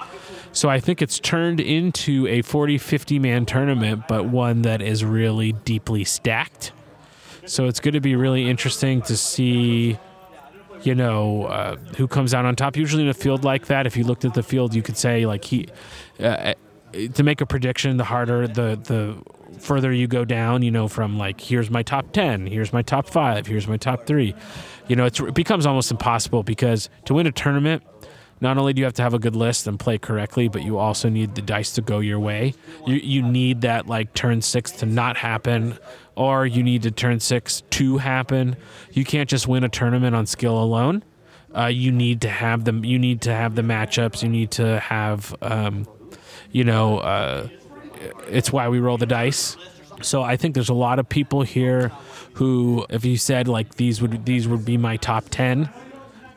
S5: So I think it's turned into a 40, 50 man tournament, but one that is really deeply stacked. So it's going to be really interesting to see you know uh, who comes out on top. Usually in a field like that, if you looked at the field, you could say like he uh, to make a prediction. The harder the the further you go down, you know, from like here's my top ten, here's my top five, here's my top three. You know, it's, it becomes almost impossible because to win a tournament. Not only do you have to have a good list and play correctly, but you also need the dice to go your way. You, you need that like turn six to not happen, or you need to turn six to happen. You can't just win a tournament on skill alone. uh, you need to have them. You need to have the matchups. You need to have, um, you know, uh, it's why we roll the dice. So I think there's a lot of people here who, if you said like these would these would be my top ten,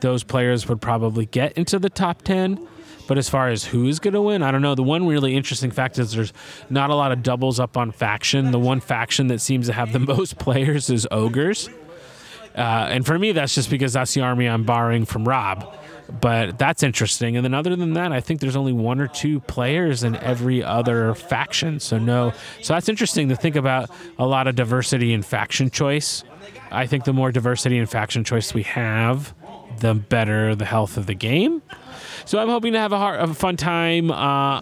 S5: those players would probably get into the top 10. But as far as who is going to win, I don't know. The one really interesting fact is there's not a lot of doubles up on faction. The one faction that seems to have the <laughs> most players is Ogres. Uh, and for me, that's just because that's the army I'm borrowing from Rob. But that's interesting. And then, other than that, I think there's only one or two players in every other faction. So, no. So, that's interesting to think about a lot of diversity in faction choice. I think the more diversity in faction choice we have, the better the health of the game. So I'm hoping to have a, hard, a fun time. Uh,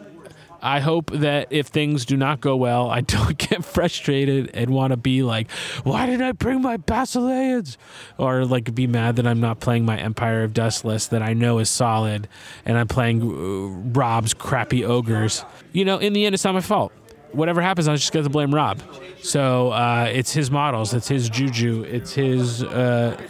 S5: I hope that if things do not go well, I don't <laughs> get frustrated and want to be like, why did I bring my Basileans? Or like be mad that I'm not playing my Empire of Dust list that I know is solid and I'm playing uh, Rob's crappy ogres. You know, in the end, it's not my fault. Whatever happens, I just got to blame Rob. So uh, it's his models, it's his juju, it's his uh,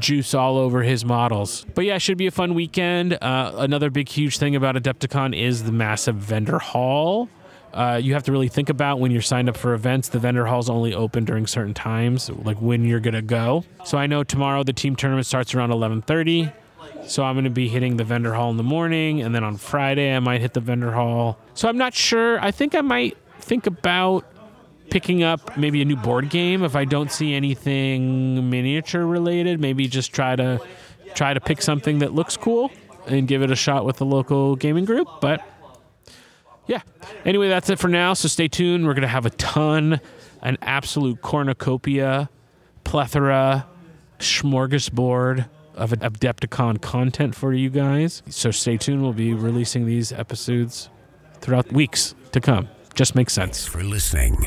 S5: juice all over his models. But yeah, it should be a fun weekend. Uh, another big, huge thing about Adepticon is the massive vendor hall. Uh, you have to really think about when you're signed up for events. The vendor hall's only open during certain times, like when you're gonna go. So I know tomorrow the team tournament starts around 11:30. So I'm going to be hitting the vendor hall in the morning, and then on Friday I might hit the vendor hall. So I'm not sure. I think I might think about picking up maybe a new board game if I don't see anything miniature related. Maybe just try to try to pick something that looks cool and give it a shot with the local gaming group. But yeah. Anyway, that's it for now. So stay tuned. We're gonna have a ton, an absolute cornucopia, plethora, smorgasbord of Adepticon content for you guys. So stay tuned. We'll be releasing these episodes throughout weeks to come. Just makes sense.
S7: for listening,